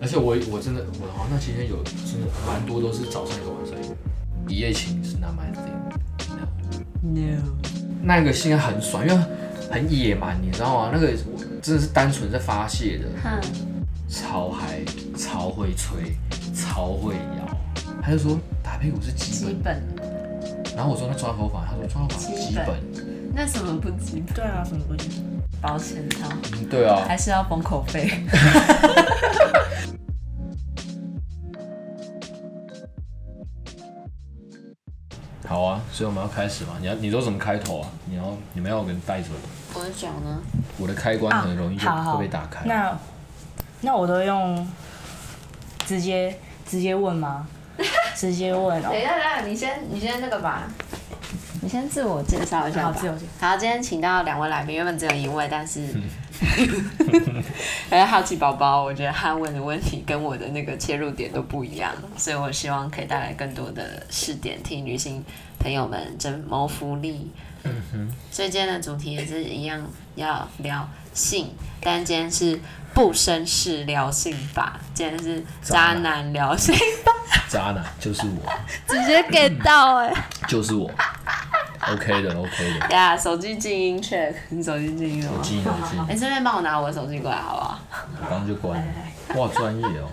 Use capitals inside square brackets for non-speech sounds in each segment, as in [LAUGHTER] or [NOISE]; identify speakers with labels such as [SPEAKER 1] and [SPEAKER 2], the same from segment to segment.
[SPEAKER 1] 而且我我真的我好像那期间有真的蛮多都是早上一个晚上一个，一夜情是 not my thing。
[SPEAKER 2] No，
[SPEAKER 1] 那个性爱很爽，因为很野蛮，你知道吗？那个真的是单纯在发泄的，
[SPEAKER 3] 哼，
[SPEAKER 1] 超嗨，超会吹，超会摇。他就说打屁股是基
[SPEAKER 3] 基
[SPEAKER 1] 本，
[SPEAKER 3] 本
[SPEAKER 1] 然后我说那抓头发，他说抓头发是基
[SPEAKER 3] 基本
[SPEAKER 1] 本。
[SPEAKER 3] 那什么不基本？
[SPEAKER 2] 对啊，什么规矩？
[SPEAKER 3] 保险套
[SPEAKER 1] 嗯对啊，
[SPEAKER 3] 还是要封口费。
[SPEAKER 1] 好啊，所以我们要开始嘛。你要你都怎么开头啊？你要你们要我给你带着的，
[SPEAKER 3] 我的脚呢？
[SPEAKER 1] 我的开关很容易就
[SPEAKER 2] 啊好好
[SPEAKER 1] 会被打开。
[SPEAKER 2] 那那我都用直接直接问 [LAUGHS] 吗？直接问
[SPEAKER 3] 等
[SPEAKER 2] 哦。
[SPEAKER 3] 一下，等一下，你先，你先那个吧。你先自我介绍一下吧。
[SPEAKER 2] 好自我介
[SPEAKER 3] 好，今天请到两位来宾，原本只有一位，
[SPEAKER 2] [LAUGHS]
[SPEAKER 3] 但是，哎，好奇宝宝，我觉得他问的问题跟我的那个切入点都不一样，所以我希望可以带来更多的试点，替女性朋友们争谋福利。
[SPEAKER 1] 嗯
[SPEAKER 3] 所以今天的主题也是一样，要聊性，但今天是不绅士聊性法，今天是渣
[SPEAKER 1] 渣男
[SPEAKER 3] 男聊性， [LAUGHS]
[SPEAKER 1] 渣男就是我，
[SPEAKER 3] 直接 get 到哎、
[SPEAKER 1] 就是我。OK 的，OK 的。
[SPEAKER 3] 呀，手机静音 check，你 [LAUGHS] 手机静音了吗？
[SPEAKER 1] 记得记得，
[SPEAKER 3] 哎、顺便帮我拿我的手机过来好不好？
[SPEAKER 1] 我刚刚就关了。哇，专业哦。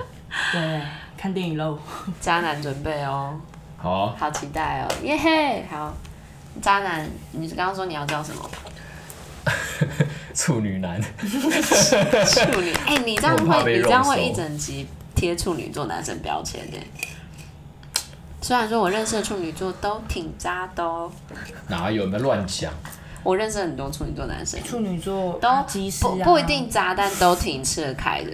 [SPEAKER 2] 对，看电影喽。
[SPEAKER 3] 渣男准备哦，
[SPEAKER 1] 好啊、
[SPEAKER 3] 好期待哦，耶嘿！好，渣男，你刚刚说你要叫
[SPEAKER 1] [LAUGHS]
[SPEAKER 3] 什么？
[SPEAKER 1] 处女男。 [LAUGHS]
[SPEAKER 3] 处女？哎、你这样
[SPEAKER 1] 我怕
[SPEAKER 3] 会，
[SPEAKER 1] 被
[SPEAKER 3] 你这样
[SPEAKER 1] 肉搜
[SPEAKER 3] 会一整集贴处女座男生标签呢。虽然说我认识的处女座都挺渣的哦，
[SPEAKER 1] 哪有？你们乱讲。
[SPEAKER 3] 我认识很多处女座男生，
[SPEAKER 2] 处女座
[SPEAKER 3] 都
[SPEAKER 2] 及时
[SPEAKER 3] 不
[SPEAKER 2] 啊，
[SPEAKER 3] 不一定渣，但都挺吃得开的。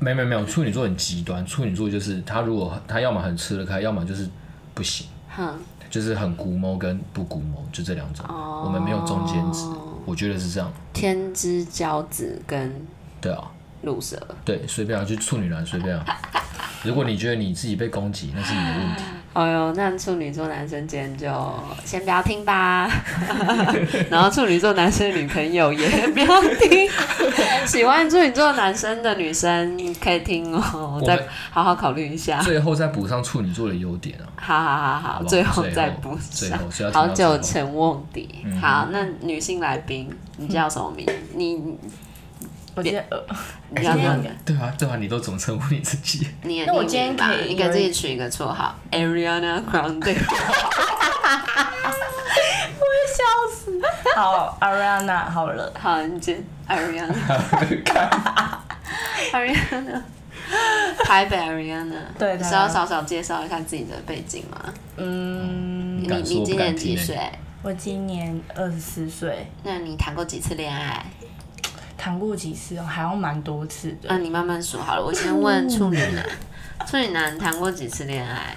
[SPEAKER 1] 没没没有，处女座很极端。处女座就是他如果他要么很吃得开，要么就是不行，
[SPEAKER 3] 哼，
[SPEAKER 1] 就是很古谋跟不古谋，就这两种。
[SPEAKER 3] 哦
[SPEAKER 1] 我们没有中间值，我觉得是这样。
[SPEAKER 3] 天之骄子跟
[SPEAKER 1] 对啊，
[SPEAKER 3] 鹿蛇。
[SPEAKER 1] 对，随便啊，就处女男随便啊。如果你觉得你自己被攻击，那是你的问题。
[SPEAKER 3] 哎呦，那处女座男生今天就先不要
[SPEAKER 1] [LAUGHS]
[SPEAKER 3] 听吧，然后处女座男生的女朋友也 [LAUGHS] 不要听，喜欢处女座男生的女生可以听哦，
[SPEAKER 1] 我
[SPEAKER 3] 再
[SPEAKER 1] 们
[SPEAKER 3] 好好考虑一下。
[SPEAKER 1] 最后再补上处女座的优点啊。
[SPEAKER 3] 好好好好，
[SPEAKER 1] 好吧
[SPEAKER 3] 最后
[SPEAKER 1] 最后
[SPEAKER 3] 再补
[SPEAKER 1] 最
[SPEAKER 3] 上
[SPEAKER 1] 后最后。要
[SPEAKER 3] 好
[SPEAKER 1] 听到嗯
[SPEAKER 3] 久
[SPEAKER 1] 最
[SPEAKER 3] 成瓮底。好，那女性来宾，你叫什么名？你
[SPEAKER 2] 我觉得呃
[SPEAKER 3] [LAUGHS] 你要那
[SPEAKER 2] 今
[SPEAKER 3] 个，
[SPEAKER 1] 对啊，对啊，你都怎么称呼你自己？
[SPEAKER 3] 你也
[SPEAKER 2] 那我
[SPEAKER 3] 匿名
[SPEAKER 2] 今天
[SPEAKER 3] 吧
[SPEAKER 2] 可以
[SPEAKER 3] 你给
[SPEAKER 2] 有一
[SPEAKER 3] 自己取一个绰号，Ariana Grande。
[SPEAKER 2] 好 Ariana 好了，
[SPEAKER 3] 好，你接
[SPEAKER 1] [LAUGHS]
[SPEAKER 3] Ariana，Ariana，台北 Ariana，
[SPEAKER 2] 对
[SPEAKER 3] 你
[SPEAKER 2] 台北
[SPEAKER 3] 是要稍稍介绍一下自己的背景吗？
[SPEAKER 2] 嗯，
[SPEAKER 1] 你
[SPEAKER 3] 你
[SPEAKER 1] 敢说
[SPEAKER 3] 你
[SPEAKER 1] 不
[SPEAKER 3] 今
[SPEAKER 1] 敢
[SPEAKER 3] 年
[SPEAKER 1] 听
[SPEAKER 3] 几
[SPEAKER 1] 欸？
[SPEAKER 3] 岁？
[SPEAKER 2] 我今年二十四岁，
[SPEAKER 3] 那你谈过几次恋爱？
[SPEAKER 2] 谈过几次哦，好像蛮多次的。
[SPEAKER 3] 那啊你慢慢数好了。我先问处女男，处女男谈过几次恋爱？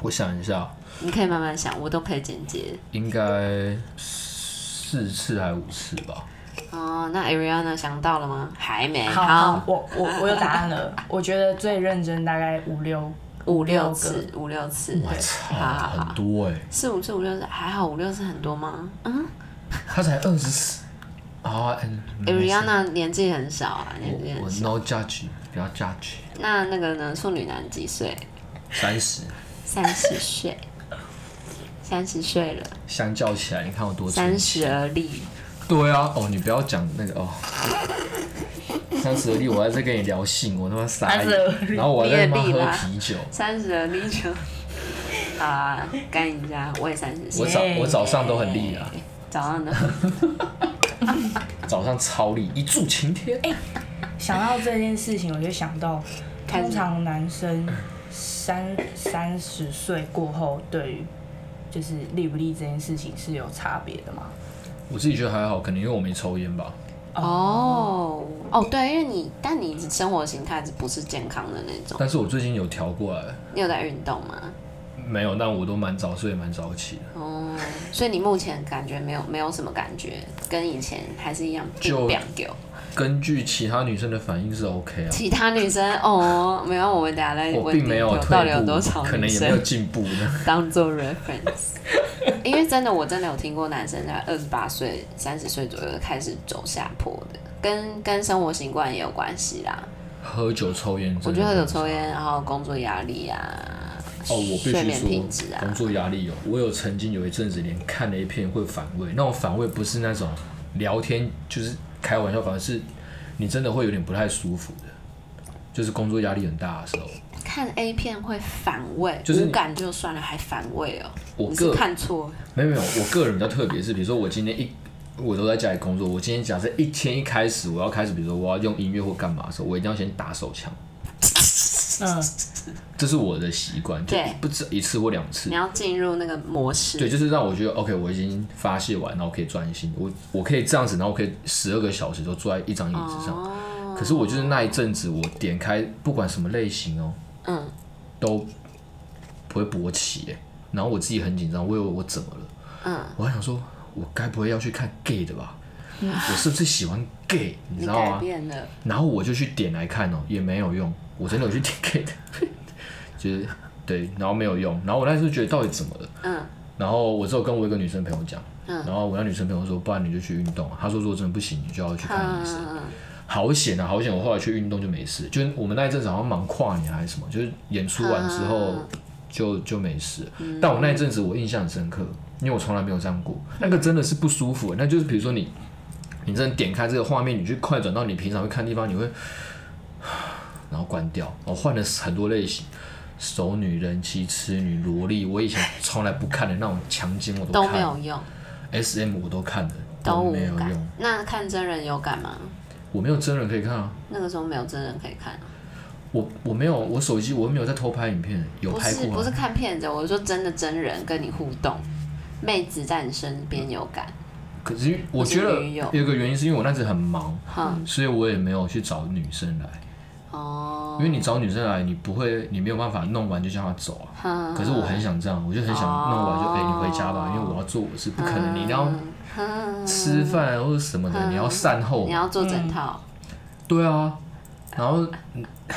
[SPEAKER 1] 我想一下，
[SPEAKER 3] 你可以慢慢想，我都可以剪接。
[SPEAKER 1] 应该四次还五次吧。
[SPEAKER 3] 哦，那 Ariana 想到了吗？还没。
[SPEAKER 2] 好好，我我我有答案了。我觉得最认真大概五六，
[SPEAKER 3] 五六
[SPEAKER 2] 六
[SPEAKER 3] 次，五六次。
[SPEAKER 1] 我
[SPEAKER 3] 好
[SPEAKER 1] 操，
[SPEAKER 3] 好
[SPEAKER 1] 很
[SPEAKER 3] 好，
[SPEAKER 1] 多哎、
[SPEAKER 3] 四五次五六次，还好五六次很多吗？嗯
[SPEAKER 1] 他才二十四啊嗯没事
[SPEAKER 3] ，Ariana 年纪很少啊，年纪
[SPEAKER 1] 我我
[SPEAKER 3] 很小。
[SPEAKER 1] no judge，不要 judge。
[SPEAKER 3] 那那个呢？处女男几岁？
[SPEAKER 1] 三十，
[SPEAKER 3] 三十 [LAUGHS] 岁，三十岁了，
[SPEAKER 1] 相较起来，你看我多纯
[SPEAKER 3] 三
[SPEAKER 1] 情
[SPEAKER 3] 十而立。
[SPEAKER 1] 对啊，哦，你不要讲那个哦。三十而立，我还在跟你聊性，我他妈傻
[SPEAKER 2] 三十而
[SPEAKER 1] 眼，
[SPEAKER 2] 立
[SPEAKER 1] 然后我还在他妈
[SPEAKER 3] 你也立
[SPEAKER 1] 喝
[SPEAKER 3] 啦
[SPEAKER 1] 啤酒。
[SPEAKER 3] 三十而立就好啊，干一下，我也三十
[SPEAKER 1] 我
[SPEAKER 3] 岁，
[SPEAKER 1] 早我早上都很立啊，
[SPEAKER 3] 早上 [LAUGHS] 呢，
[SPEAKER 1] 早上超立，一柱擎天。
[SPEAKER 3] 哎
[SPEAKER 2] 想到这件事情，我就想到，
[SPEAKER 3] 开始
[SPEAKER 2] 通常男生三三十岁过后，对于就是立不立这件事情是有差别的嘛？
[SPEAKER 1] 我自己觉得还好，可能因为我没抽烟吧。
[SPEAKER 3] 哦哦，对，因为你，但你生活形态不是健康的那种，
[SPEAKER 1] 但是我最近有调过来，
[SPEAKER 3] 你有在运动吗？
[SPEAKER 1] 没有，但我都蛮早睡，蛮早起的，
[SPEAKER 3] 哦，所以你目前感觉没有没有什么感觉，跟以前还是一样，
[SPEAKER 1] 就
[SPEAKER 3] 两丢。
[SPEAKER 1] 根据其他女生的反应是 OK 啊。
[SPEAKER 3] 其他女生哦，没有，我们等下再
[SPEAKER 1] 我
[SPEAKER 3] 问
[SPEAKER 1] 并
[SPEAKER 3] 你
[SPEAKER 1] 没有
[SPEAKER 3] 到底
[SPEAKER 1] 退
[SPEAKER 3] 有
[SPEAKER 1] 步
[SPEAKER 3] 多少，
[SPEAKER 1] 可能
[SPEAKER 3] 女
[SPEAKER 1] 也没有
[SPEAKER 3] 生
[SPEAKER 1] 进步呢。
[SPEAKER 3] 当做 reference。因为真的，我真的有听过男生在二十八岁、三十岁左右开始走下坡的，跟跟生活习惯也有关系啦。
[SPEAKER 1] 喝酒抽烟，
[SPEAKER 3] 我觉得喝酒抽烟，然后工作压力啊，
[SPEAKER 1] 哦，我必
[SPEAKER 3] 睡眠品
[SPEAKER 1] 须
[SPEAKER 3] 质
[SPEAKER 1] 说，
[SPEAKER 3] 啊
[SPEAKER 1] 工，作压力有。我有曾经有一阵子连看了一片会反胃，那种反胃不是那种聊天就是开玩笑，反而是你真的会有点不太舒服的，就是工作压力很大的时候。
[SPEAKER 3] 看 A 片会反胃，
[SPEAKER 1] 就是你
[SPEAKER 3] 无感就算了，还反胃哦、
[SPEAKER 1] 我
[SPEAKER 3] 你
[SPEAKER 1] 个
[SPEAKER 3] 是看错，
[SPEAKER 1] 没有没有，我个人比较特别是，比如说我今天一我都在家里工作，我今天假设一天一开始我要开始，比如说我要用音乐或干嘛的时候，我一定要先打手枪，
[SPEAKER 2] 嗯，
[SPEAKER 1] 这是我的习惯，就
[SPEAKER 3] 对
[SPEAKER 1] 不止一次或两次
[SPEAKER 3] 你。要进入那个模式。
[SPEAKER 1] 对，就是让我觉得 OK，我已经发泄完，然后我可以专心，我我可以这样子，然后我可以十二个小时都坐在一张椅子
[SPEAKER 3] 哦
[SPEAKER 1] 上。可是我就是那一阵子，我点开不管什么类型哦，
[SPEAKER 3] 嗯，
[SPEAKER 1] 都不会勃起哎，然后我自己很紧张，我以为我怎么了？
[SPEAKER 3] 嗯，
[SPEAKER 1] 我还想说，我该不会要去看 gay 的吧？我是不是喜欢 gay？你
[SPEAKER 3] 嗯你
[SPEAKER 1] 知道
[SPEAKER 3] 改
[SPEAKER 1] 吗？
[SPEAKER 3] 变了，
[SPEAKER 1] 然后我就去点来看哦，也没有用，我真的有去点 gay 的， [LAUGHS] 就是对，然后没有用，然后我那时候觉得到底怎么了？
[SPEAKER 3] 嗯
[SPEAKER 1] 然后我之后跟我一个女生朋友讲，
[SPEAKER 3] 嗯
[SPEAKER 1] 然后我那女生朋友说，不然你就去运动啊。她说如果真的不行，你就要去看医生。
[SPEAKER 3] 嗯，
[SPEAKER 1] 好险啊，好险！我后来去运动就没事，就是我们那一阵子好像忙跨年还是什么，就是演出完之后
[SPEAKER 3] 啊
[SPEAKER 1] 就就没事。
[SPEAKER 3] 嗯
[SPEAKER 1] 但我那一阵子我印象很深刻，因为我从来没有这样过，那个真的是不舒服。欸那就是比如说你，你真的点开这个画面，你去快转到你平常会看的地方，你会， [SIGHS] 然后关掉。我换了很多类型。熟女、人妻、痴女、萝莉，我以前从来不看的那种强奸我都
[SPEAKER 3] 都
[SPEAKER 1] 看
[SPEAKER 3] 没有用，
[SPEAKER 1] s m 我都看了，
[SPEAKER 3] 都无
[SPEAKER 1] 没有
[SPEAKER 3] 感
[SPEAKER 1] 用。。
[SPEAKER 3] 那看真人有感吗？
[SPEAKER 1] 我没有真人可以看啊，
[SPEAKER 3] 那个时候没有真人可以看啊，
[SPEAKER 1] 我我没有，我手机我没有在偷拍影片，有
[SPEAKER 3] 不
[SPEAKER 1] 拍
[SPEAKER 3] 是
[SPEAKER 1] 过、
[SPEAKER 3] 不是
[SPEAKER 1] 啊。
[SPEAKER 3] 看片子，我是说真的真人跟你互动，妹子在你身边有感，
[SPEAKER 1] 可是我觉
[SPEAKER 3] 不
[SPEAKER 1] 得
[SPEAKER 3] 是女友
[SPEAKER 1] 有一个原因是因为我那时很忙，
[SPEAKER 3] 哈、
[SPEAKER 1] 所以我也没有去找女生来。
[SPEAKER 3] 哦
[SPEAKER 1] 因，为你找女生来，你不会，你没有办法弄完就叫她走啊。
[SPEAKER 3] 哈
[SPEAKER 1] 可是我很想这样，我就很想
[SPEAKER 3] 嗯哦
[SPEAKER 1] 弄完就哎、你回家吧，因为我要做我事，不可能。你要
[SPEAKER 3] 哼
[SPEAKER 1] 吃饭或者什么
[SPEAKER 3] 嗯
[SPEAKER 1] 的，你要善后
[SPEAKER 3] 你。要做整套，
[SPEAKER 1] 对啊，然后嗯 [SIGHS]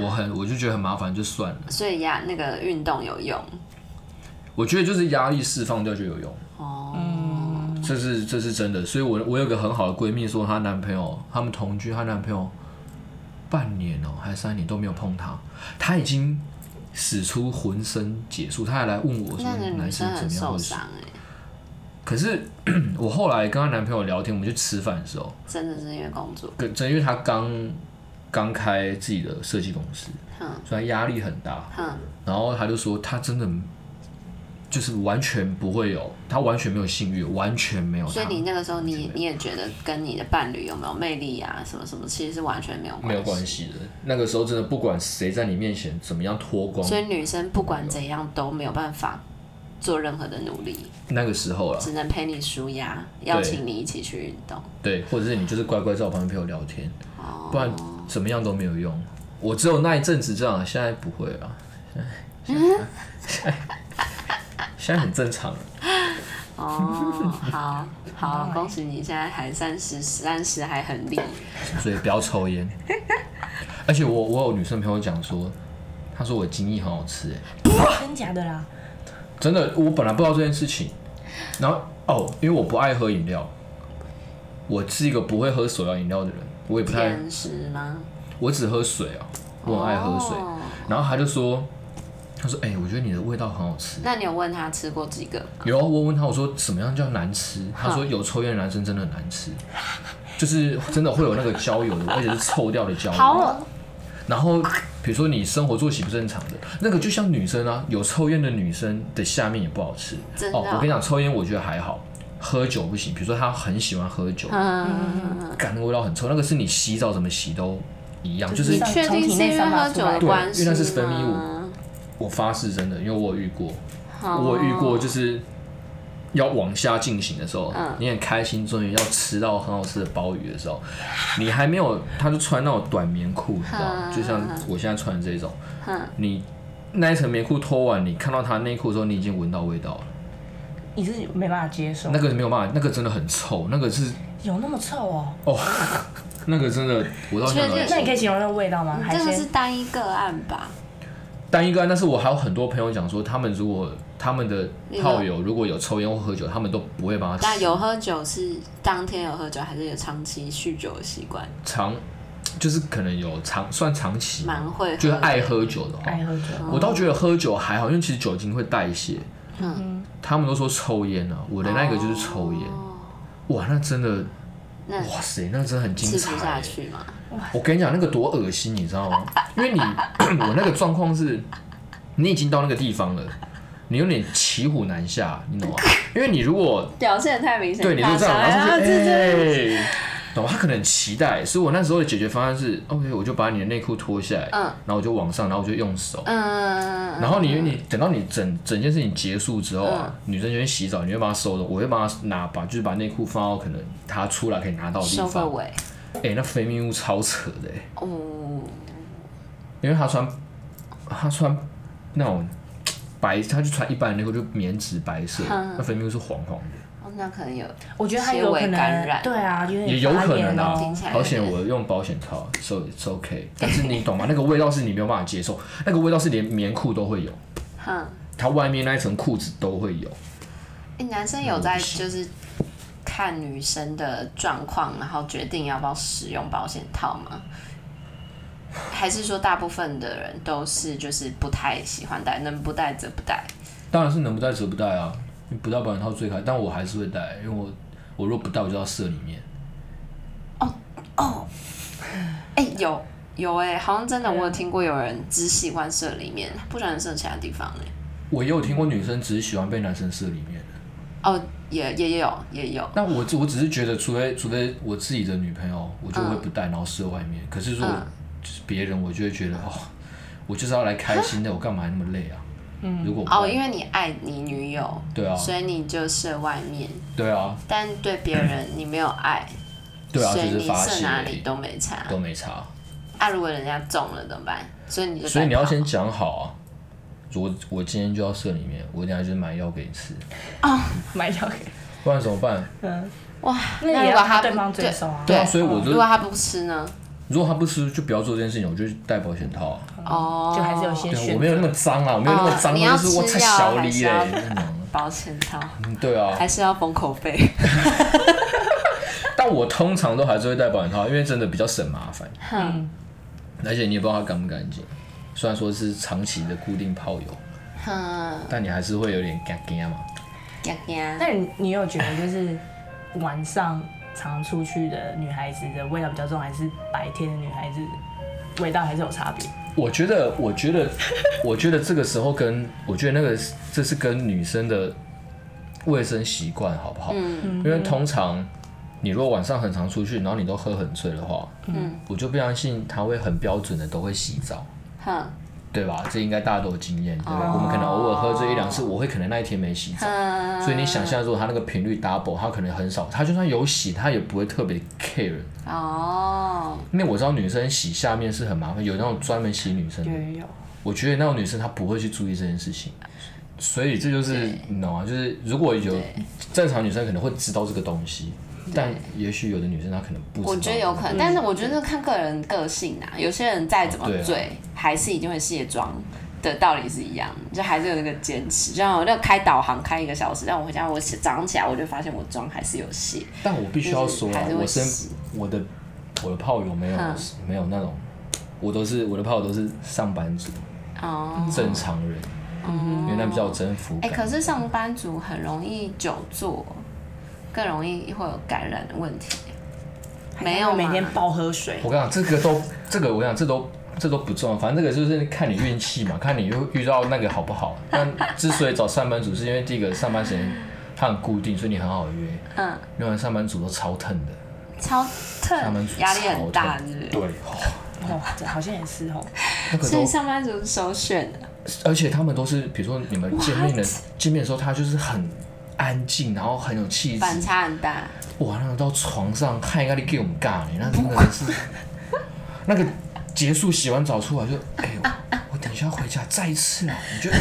[SPEAKER 1] 我很我就觉得很麻烦，就算了。
[SPEAKER 3] 所以呀，那个运动有用
[SPEAKER 1] 我觉得就是压力释放掉就有用。
[SPEAKER 3] 哦。
[SPEAKER 1] 这是这是真的，所以我我有个很好的闺蜜说，她男朋友他们同居，她男朋友半年哦、还三年都没有碰她，她已经使出浑身解数，她还来问我说
[SPEAKER 3] 那个女
[SPEAKER 1] 男
[SPEAKER 3] 生
[SPEAKER 1] 生怎
[SPEAKER 3] 很
[SPEAKER 1] 么样
[SPEAKER 3] 受
[SPEAKER 1] 会死
[SPEAKER 3] 伤哎、
[SPEAKER 1] 可是 [CLEARS THROAT] 我后来跟她男朋友聊天，我们去吃饭的时候，
[SPEAKER 3] 真的是因为工作，
[SPEAKER 1] 跟真因为她刚刚开自己的设计公司，
[SPEAKER 3] 嗯
[SPEAKER 1] 所以她压力很大，
[SPEAKER 3] 哼，
[SPEAKER 1] 然后她就说她真的。就是完全不会有，她完全没有性欲，完全没有她。
[SPEAKER 3] 所以你那个时候你你也觉得跟你的伴侣有没有魅力啊，什么什么，其实是完全没有
[SPEAKER 1] 没有关系的。那个时候真的不管谁在你面前怎么样脱光，
[SPEAKER 3] 所以女生不管怎样都没有办法做任何的努力，
[SPEAKER 1] 那个时候啦，
[SPEAKER 3] 只能陪你舒压，邀请你一起去运动。
[SPEAKER 1] 对，或者是你就是乖乖在我旁边陪我聊天，
[SPEAKER 3] 哦，
[SPEAKER 1] 不然怎么样都没有用。我只有那一阵子这样，现在不会了。 [LAUGHS] 现在现在现在很正常了，啊
[SPEAKER 3] 哦，好好，哎恭喜你现在还三十，三十还很力，
[SPEAKER 1] 所以不要抽烟。 [LAUGHS] 而且我我有女生朋友讲说，她说我精液很好吃、欸，
[SPEAKER 2] 真假的啦，
[SPEAKER 1] 真的，我本来不知道这件事情，然后哦，因为我不爱喝饮料，我是一个不会喝手摇饮料的人，我也不太
[SPEAKER 3] 甜食吗？
[SPEAKER 1] 我只喝水啊，我很爱喝水。
[SPEAKER 3] 哦
[SPEAKER 1] 然后他就说，他说，哎、我觉得你的味道很好吃。
[SPEAKER 3] 那你有问他吃过几个？
[SPEAKER 1] 有啊我问他，我说什么样叫难吃？他说有抽烟的男生真的很难吃，就是真的会有那个焦油的，而且是臭掉的焦油。
[SPEAKER 3] 好，
[SPEAKER 1] 然后比如说你生活作息不正常的，那个就像女生啊，有抽烟的女生的下面也不好吃。
[SPEAKER 3] 真的
[SPEAKER 1] 哦
[SPEAKER 3] 哦，
[SPEAKER 1] 我跟你讲，抽烟我觉得还好。喝酒不行，比如说她很喜欢喝酒，
[SPEAKER 3] 嗯，
[SPEAKER 1] 感那个味道很臭，那个是你洗澡怎么洗都一样，就
[SPEAKER 2] 就是是
[SPEAKER 3] 你确定是因为喝酒的关
[SPEAKER 1] 对
[SPEAKER 3] 系
[SPEAKER 1] 因为
[SPEAKER 3] 吗？
[SPEAKER 1] 那是分泌物我发誓真的，因为我有遇过，
[SPEAKER 3] 哦
[SPEAKER 1] 我有遇过就是要往下进行的时候，
[SPEAKER 3] 嗯
[SPEAKER 1] 你很开心，终于要吃到很好吃的鲍鱼的时候，你还没有，他就穿那种短棉裤，你知道吗？
[SPEAKER 3] 嗯
[SPEAKER 1] 就像我现在穿的这种，
[SPEAKER 3] 嗯
[SPEAKER 1] 你那一层棉裤脱完，你看到他内裤的时候，你已经闻到味道了，
[SPEAKER 2] 你是没办法接受
[SPEAKER 1] 那，个没有办法，那个真的很臭，那个是
[SPEAKER 2] 有那么臭哦？
[SPEAKER 1] 哦，那个真的，我到现在都
[SPEAKER 3] 确
[SPEAKER 1] 还
[SPEAKER 3] 定
[SPEAKER 1] 记得
[SPEAKER 2] 那你可以形容那个味道吗？还
[SPEAKER 3] 嗯这个是
[SPEAKER 2] 是
[SPEAKER 3] 单一个案吧？
[SPEAKER 1] 单一个案，但是我还有很多朋友讲说，他们如果他们的炮友如果有抽烟或喝酒，他们都不会帮他
[SPEAKER 3] 那
[SPEAKER 1] 吃
[SPEAKER 3] 有喝酒是当天有喝酒，还是有长期酗酒的习惯？
[SPEAKER 1] 长，就是可能有长算长期嘛，
[SPEAKER 3] 蛮会，
[SPEAKER 1] 就是爱。喝酒的话，
[SPEAKER 2] 爱喝酒，
[SPEAKER 1] 我倒觉得喝酒还好，因为其实酒精会代谢。
[SPEAKER 2] 嗯，
[SPEAKER 1] 他们都说抽烟啊，我的那个就是抽烟，
[SPEAKER 3] 哦
[SPEAKER 1] 哇，那真的，
[SPEAKER 3] 那
[SPEAKER 1] 哇塞，那真的很精
[SPEAKER 3] 吃不
[SPEAKER 1] 彩
[SPEAKER 3] 下
[SPEAKER 1] 欸。
[SPEAKER 3] 去嘛？
[SPEAKER 1] 我跟你讲，那个多恶心，你知道吗？因为你 [CLEARS THROAT] 我那个状况是，你已经到那个地方了，你有点骑虎难下，你懂吗？因为你如
[SPEAKER 3] [LAUGHS]
[SPEAKER 1] 果
[SPEAKER 3] 表现得太明显，
[SPEAKER 1] 对你就
[SPEAKER 3] 怕
[SPEAKER 1] 这样，
[SPEAKER 3] 伤
[SPEAKER 1] 然后
[SPEAKER 3] 害
[SPEAKER 1] 就觉
[SPEAKER 3] 啊这这
[SPEAKER 1] 得哎，懂吗？他可能很期待，所以我那时候的解决方案是，OK，我就把你的内裤脱下来，
[SPEAKER 3] 嗯
[SPEAKER 1] 然后我就往上，然后我就用手。
[SPEAKER 3] 嗯，
[SPEAKER 1] 然后你你等到你整整件事情结束之后啊，
[SPEAKER 3] 嗯
[SPEAKER 1] 女生就会洗澡，你会帮她收的，我会帮她拿把就是把内裤放到可能她出来可以拿到的地
[SPEAKER 3] 收个
[SPEAKER 1] 方。
[SPEAKER 3] 尾，
[SPEAKER 1] 哎、那分泌物超扯的、欸，
[SPEAKER 3] 哦，
[SPEAKER 1] 因为她穿她穿那种白，她就穿一般的内裤，就棉质白色，
[SPEAKER 3] 嗯
[SPEAKER 1] 那分泌物是黄黄的。
[SPEAKER 3] 哦那可能有
[SPEAKER 2] 我觉得他有可
[SPEAKER 3] 纤维
[SPEAKER 2] 能
[SPEAKER 3] 感染
[SPEAKER 2] 对啊，有点
[SPEAKER 1] 也有可能
[SPEAKER 2] 发
[SPEAKER 1] 啊
[SPEAKER 2] 炎哦
[SPEAKER 3] 听起来
[SPEAKER 1] 好险我用保险套，so it's OK。但是你懂吗？那个味道是你没有办法接受，那个味道是连棉裤都会有，
[SPEAKER 3] 哼，
[SPEAKER 1] 它外面那一层裤子都会有。
[SPEAKER 3] 诶哎男生
[SPEAKER 1] 嗯
[SPEAKER 3] 有在就是看女生的状况，然后决定要不要使用保险套吗？还是说大部分的人都是就是不太喜欢戴，能不戴则不戴？
[SPEAKER 1] 当然是能不戴则不戴啊，你不戴保险套最开，但我还是会戴，因为我我若不戴，我就要射里面。
[SPEAKER 3] 哎、有有哎、好像真的
[SPEAKER 1] 嗯
[SPEAKER 3] 我有听过有人只喜欢射里面，不喜欢射其他地方哎、
[SPEAKER 1] 我也有听过女生只是喜欢被男生射里面的，
[SPEAKER 3] 哦，也也有也有，
[SPEAKER 1] 但我只我只是觉得，除非除非我自己的女朋友，我就会不戴，然后射外面。可是如果
[SPEAKER 3] 嗯
[SPEAKER 1] 就是别人，我就会觉得哦，我就是要来开心
[SPEAKER 3] [LAUGHS]
[SPEAKER 1] 的，我干嘛那么累啊？嗯，如果不戴
[SPEAKER 3] 哦，因为你爱你女友，
[SPEAKER 1] 对啊，
[SPEAKER 3] 所以你就射外面，
[SPEAKER 1] 对啊，
[SPEAKER 3] 但对别人你没有爱，
[SPEAKER 1] 对啊，
[SPEAKER 3] 所
[SPEAKER 1] 就
[SPEAKER 3] 以
[SPEAKER 1] 是
[SPEAKER 3] 你
[SPEAKER 1] 发
[SPEAKER 3] 射
[SPEAKER 1] 泄
[SPEAKER 3] 哪
[SPEAKER 1] 而
[SPEAKER 3] 里
[SPEAKER 1] 已，
[SPEAKER 3] 都没差。
[SPEAKER 1] 都没差。
[SPEAKER 3] 啊，如果人家中了怎么办？所以你就
[SPEAKER 1] 所以你要
[SPEAKER 3] 白跑
[SPEAKER 1] 先讲好啊，我我今天就要射里面，我等一下就是买药给你吃，
[SPEAKER 2] 买药给，
[SPEAKER 1] 不然怎么办？
[SPEAKER 2] 嗯，
[SPEAKER 3] 哇，
[SPEAKER 2] 那也
[SPEAKER 3] 如果
[SPEAKER 2] 要
[SPEAKER 3] 他
[SPEAKER 2] 对方
[SPEAKER 3] 不
[SPEAKER 2] 追收啊，
[SPEAKER 1] 对啊，
[SPEAKER 3] 对嗯
[SPEAKER 1] 所以我就
[SPEAKER 3] 如果他不吃呢？
[SPEAKER 1] 如果他不吃，就不要做这件事情，我就戴保险套、啊。
[SPEAKER 3] 哦，
[SPEAKER 2] 就还是有些
[SPEAKER 1] 对啊，
[SPEAKER 2] 选
[SPEAKER 1] 我没有那
[SPEAKER 2] 择
[SPEAKER 1] 么脏啊，我没有那么脏，
[SPEAKER 3] 哦你
[SPEAKER 1] 但
[SPEAKER 3] 要
[SPEAKER 1] 是我
[SPEAKER 3] 吃
[SPEAKER 1] 太
[SPEAKER 3] 药
[SPEAKER 1] 小
[SPEAKER 3] 还
[SPEAKER 1] 力
[SPEAKER 3] 是
[SPEAKER 1] 嘞、
[SPEAKER 3] 要
[SPEAKER 1] 那种
[SPEAKER 3] 保险套，
[SPEAKER 1] 嗯对啊，
[SPEAKER 3] 还是要封口费。
[SPEAKER 1] 但我通常都还是会戴保险套，因为真的比较省麻烦，
[SPEAKER 3] 哼
[SPEAKER 1] 而且你也不知道它干不干净。虽然说是长期的固定泡友，
[SPEAKER 3] 哼，
[SPEAKER 1] 但你还是会有点尴尬嘛。
[SPEAKER 3] 呀呀，
[SPEAKER 2] 那你你有觉得就是晚上常出去的女孩子的味道比较重，还是白天的女孩子味道还是有差别？
[SPEAKER 1] 我觉得，我觉
[SPEAKER 3] [LAUGHS]
[SPEAKER 1] 得，我觉得这个时候跟我觉得那个这是跟女生的卫生习惯好不好？因
[SPEAKER 3] 嗯
[SPEAKER 1] 为通常你如果晚上很常出去，然后你都喝很醉的话，
[SPEAKER 3] 嗯，
[SPEAKER 1] 我就不相信他会很标准的都会洗澡，
[SPEAKER 3] 哼
[SPEAKER 1] 对吧？这应该大家都有经验，对不对？
[SPEAKER 3] 哦
[SPEAKER 1] 我们可能偶尔喝醉一两次，我会可能那一天没
[SPEAKER 3] [LAUGHS]
[SPEAKER 1] 洗澡，
[SPEAKER 3] 哼，
[SPEAKER 1] 所以你想象如果他那个频率 double，他可能很少，他就算有洗，他也不会特别 care，
[SPEAKER 3] 哦，
[SPEAKER 1] 因为我知道女生洗下面是很麻烦，有那种专门洗女生的，
[SPEAKER 3] 有，
[SPEAKER 1] 我觉得那种女生她不会去注意这件事情。所以这就是你懂吗？就是如果有正常女生可能会知道这个东西，但也许有的女生她可能不知道。
[SPEAKER 3] 我觉得有可能，但是我觉得看个人个性啊，有些人再怎么
[SPEAKER 1] 对啊
[SPEAKER 3] 醉，还是一定会卸妆。的道理是一样的，就还是有那个坚持。就像我那开导航开一个小时，但我回家我起早上起来我就发现我妆还是有卸，
[SPEAKER 1] 但我必须要说啊
[SPEAKER 3] 还是，会
[SPEAKER 1] 我身
[SPEAKER 3] 洗
[SPEAKER 1] 我的我的炮友没有
[SPEAKER 3] 嗯
[SPEAKER 1] 没有那种，我都是我的炮友都是上班族
[SPEAKER 3] 哦，嗯
[SPEAKER 1] 正常人，因为那比较有征服
[SPEAKER 3] 哎、
[SPEAKER 1] 感。
[SPEAKER 3] 可是上班族很容易久坐，更容易会有感染的问题。没有
[SPEAKER 2] 每天
[SPEAKER 3] 嘛
[SPEAKER 2] 暴喝水，
[SPEAKER 1] 我跟你讲，这个都这个我跟你讲这都。这都不重要，反正这个就是看你运气嘛，看你遇遇到那个好不
[SPEAKER 3] [LAUGHS]
[SPEAKER 1] 好。那之所以找上班族，是因为第一个上班时间它很固定，所以你很好约。
[SPEAKER 3] 嗯，
[SPEAKER 1] 因为上班族都超疼的，
[SPEAKER 3] 超
[SPEAKER 1] 上班
[SPEAKER 3] 疼
[SPEAKER 1] 族，
[SPEAKER 3] 压力很大，
[SPEAKER 1] 超
[SPEAKER 3] 是
[SPEAKER 1] 疼
[SPEAKER 3] 不是？
[SPEAKER 1] 对，哦
[SPEAKER 2] 哦，这好像也是哦。
[SPEAKER 1] 那个
[SPEAKER 3] 所以
[SPEAKER 1] 都
[SPEAKER 3] 上班族首选
[SPEAKER 1] 而且他们都是，比如说你们见面的见面的时候，他就是很安静，然后很有气质。
[SPEAKER 3] 反差很大，
[SPEAKER 1] 哇，那个到床上看一个你给我们尬你，那真的是那个结束洗完澡出来就，哎呦，我等一下回家再一次啊，你觉得？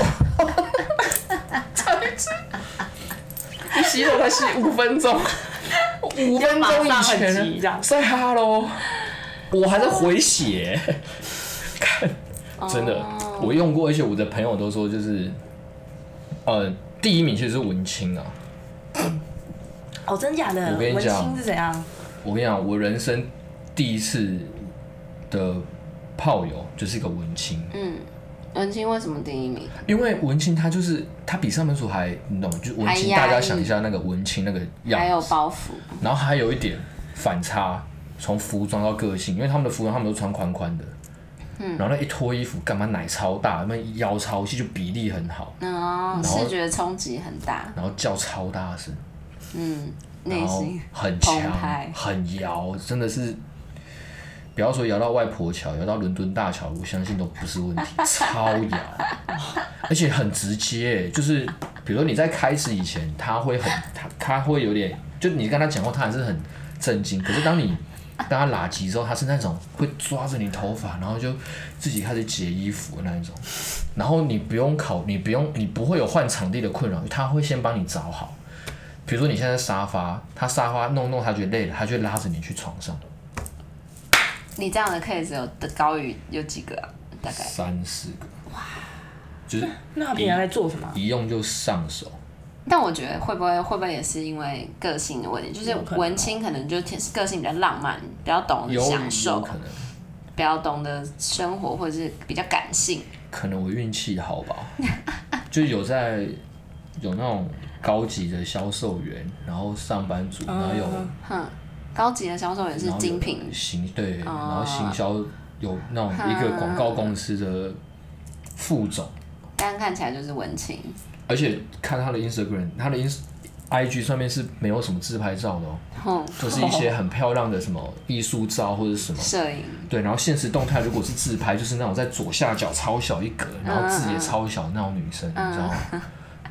[SPEAKER 1] 再一次，你洗手才洗五分钟，五分钟以
[SPEAKER 2] 要马上很急这
[SPEAKER 1] 前
[SPEAKER 2] 样
[SPEAKER 1] 在哈喽，我还在回血，真的
[SPEAKER 3] 哦，
[SPEAKER 1] 我用过，而且我的朋友都说就是，呃，第一名其实是文青啊。
[SPEAKER 2] 哦，真假的？
[SPEAKER 1] 我跟你
[SPEAKER 2] 文
[SPEAKER 1] 讲
[SPEAKER 2] 青是怎样？
[SPEAKER 1] 我跟你讲，我人生第一次的炮友就是一个文青，
[SPEAKER 3] 嗯，文青为什么第一名？
[SPEAKER 1] 因为文青他就是他比上班族还，你懂，就是文青，
[SPEAKER 3] 还压抑
[SPEAKER 1] 大家想一下那个文青那个
[SPEAKER 3] 还
[SPEAKER 1] 样
[SPEAKER 3] 有
[SPEAKER 1] 子，
[SPEAKER 3] 包袱，
[SPEAKER 1] 然后还有一点反差，从服装到个性，因为他们的服装他们都穿宽宽的。
[SPEAKER 3] 嗯
[SPEAKER 1] 然后那一脱衣服，干嘛奶超大，那腰超细，就比例很好，
[SPEAKER 3] 嗯，
[SPEAKER 1] 后
[SPEAKER 3] 视觉冲击很大，
[SPEAKER 1] 然后叫超大声，
[SPEAKER 3] 嗯，内
[SPEAKER 1] 然后
[SPEAKER 3] 心
[SPEAKER 1] 很
[SPEAKER 3] 澎
[SPEAKER 1] 强
[SPEAKER 3] 湃，
[SPEAKER 1] 很摇，真的是，不要说摇到外婆桥，摇到伦敦大桥，我相信都不是问题，超摇， [LAUGHS] 而且很直接，欸就是比如说你在开始以前，他会很他他会有点，就你跟他讲话，他还是很震惊，可是当你。当他拉急之后，他是那种会抓着你头发，然后就自己开始解衣服的那一种，然后你不用考，你不用，你不会有换场地的困扰，他会先帮你找好，比如说你现在在沙发，他沙发弄弄，他觉得累了，他就会拉着你去床上。
[SPEAKER 3] 你这样的 case 有的高于有几个啊、大概
[SPEAKER 1] 三四个，就是
[SPEAKER 2] 那他平常在做什么啊？
[SPEAKER 1] 一用就上手。
[SPEAKER 3] 但我觉得会不会会不会也是因为个性的问题，就是
[SPEAKER 2] 有可能哦
[SPEAKER 3] 文青可能就是天个性比较浪漫，比较懂得
[SPEAKER 1] 啊有
[SPEAKER 3] 哦享
[SPEAKER 1] 有
[SPEAKER 3] 受，
[SPEAKER 1] 可能，
[SPEAKER 3] 比较懂得生活，或者是比较感性。
[SPEAKER 1] 可能我运气好吧， [LAUGHS] 就有在有那种高级的销售员，然后上班族，然后有
[SPEAKER 3] 哼，高级的销售也嗯是
[SPEAKER 1] 然后有
[SPEAKER 3] 精品，哦
[SPEAKER 1] 行对，然后行销有那种一个广告公司的副总，
[SPEAKER 3] 但看起来就是文青。
[SPEAKER 1] 而且看他的 Instagram，他的 Ins IG 上面是没有什么自拍照的哦。
[SPEAKER 3] 哼，
[SPEAKER 1] 就是一些很漂亮的什么艺术照或者什么，
[SPEAKER 3] 摄影
[SPEAKER 1] 对，然后现实动态如果是自拍，就是那种在左下角超小一格，然后字也超小那种女生，你知道吗？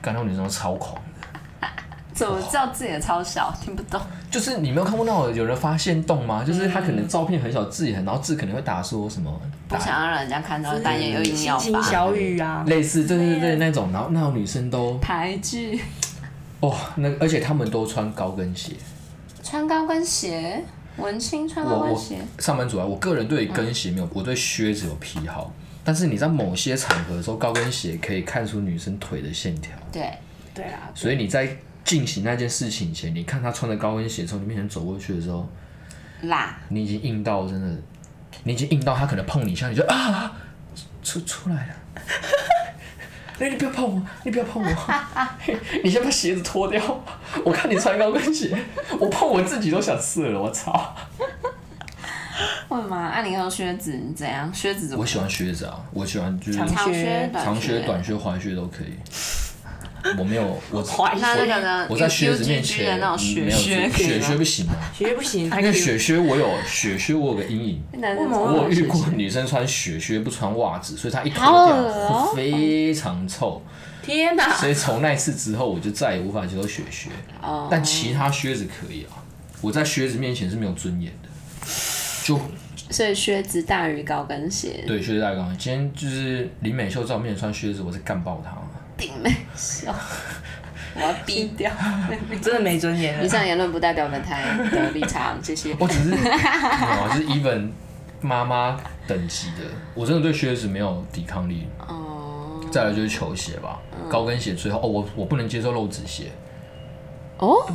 [SPEAKER 1] 感到女生都超狂的，
[SPEAKER 3] 怎么知道自己的超小？ [LAUGHS] 听不懂。
[SPEAKER 1] 就是你没有看过那种有人发现动吗？就是他可能照片很小，字也很，然后字可能会打说什么，
[SPEAKER 3] 不
[SPEAKER 1] 打
[SPEAKER 3] 想让人家看到，但也有硬
[SPEAKER 2] 星
[SPEAKER 3] 要
[SPEAKER 2] 星
[SPEAKER 3] 吧。
[SPEAKER 2] 小雨啊，
[SPEAKER 1] 类似，对对对那种，然后那种女生都
[SPEAKER 3] 台剧
[SPEAKER 1] 哇、那而且她们都穿高跟鞋，
[SPEAKER 3] 穿高跟鞋，文青穿
[SPEAKER 1] 我
[SPEAKER 3] 高跟
[SPEAKER 1] 我
[SPEAKER 3] 鞋，
[SPEAKER 1] 上班族啊，我个人对跟鞋没有，我对靴子有癖好，但是你在某些场合的时候，高跟鞋可以看出女生腿的线条，
[SPEAKER 3] 对，
[SPEAKER 2] 对啊，
[SPEAKER 1] 所以你在进行那件事情前，你看她穿着高跟鞋从你面前走过去的时候，
[SPEAKER 3] 辣。
[SPEAKER 1] 你已经硬到真的，你已经硬到她可能碰你一下，你就啊出出来了。哎，你不要碰我！你不要碰我！ [LAUGHS] 你先把鞋子脱掉，我看你穿高跟鞋，我碰我自己都想刺了，我操！
[SPEAKER 3] 为什么啊？按、你说靴子你怎样？靴子怎么
[SPEAKER 1] 我？喜欢靴子啊，我喜欢就是
[SPEAKER 2] 长
[SPEAKER 3] 长靴、短
[SPEAKER 1] 长靴、短靴、滑靴都可以。我没有，
[SPEAKER 3] [LAUGHS]
[SPEAKER 1] 我
[SPEAKER 2] 怀疑
[SPEAKER 3] 那那个呢？
[SPEAKER 1] 我在
[SPEAKER 3] U-
[SPEAKER 1] 靴子面
[SPEAKER 3] UGG 的
[SPEAKER 1] 前
[SPEAKER 3] 那种雪
[SPEAKER 1] 没有
[SPEAKER 3] 靴可以
[SPEAKER 1] 雪
[SPEAKER 3] 吗
[SPEAKER 1] 靴不行 [LAUGHS] 啊，
[SPEAKER 2] 学不行，
[SPEAKER 1] 因
[SPEAKER 2] 太
[SPEAKER 1] 为
[SPEAKER 2] Q
[SPEAKER 1] 雪靴我有雪靴，我有个阴影。
[SPEAKER 3] 男
[SPEAKER 2] 为
[SPEAKER 3] 生
[SPEAKER 2] 什么
[SPEAKER 1] 我
[SPEAKER 3] 穿
[SPEAKER 1] 有遇过
[SPEAKER 3] 哦雪靴
[SPEAKER 1] 女生穿雪靴不穿袜子，所以她一脱
[SPEAKER 3] 好恶
[SPEAKER 1] 掉
[SPEAKER 3] 哦
[SPEAKER 1] 会非常臭。
[SPEAKER 2] 天哪！
[SPEAKER 1] 所以从那次之后，我就再也无法接受雪靴。
[SPEAKER 3] 哦
[SPEAKER 1] 但其他靴子可以啊，我在靴子面前是没有尊严的。就
[SPEAKER 3] 所以靴子大于高跟鞋，
[SPEAKER 1] 对靴子大纲，今天就是李美秀在我面前穿靴子，我是干爆她。
[SPEAKER 3] 顶没 [LAUGHS] 笑。我要逼
[SPEAKER 1] [LAUGHS]
[SPEAKER 3] 掉。
[SPEAKER 2] 真的没尊严
[SPEAKER 3] 以
[SPEAKER 2] 了。
[SPEAKER 3] 上言论不代表本台的立场，谢谢。
[SPEAKER 1] 我只是，没 [LAUGHS] 有啊，就是 even 妈妈等级的，我真的对靴子没有抵抗力。
[SPEAKER 3] 哦
[SPEAKER 1] 再来就是球鞋吧，高跟鞋最后哦，我我不能接受露趾鞋。
[SPEAKER 3] 哦，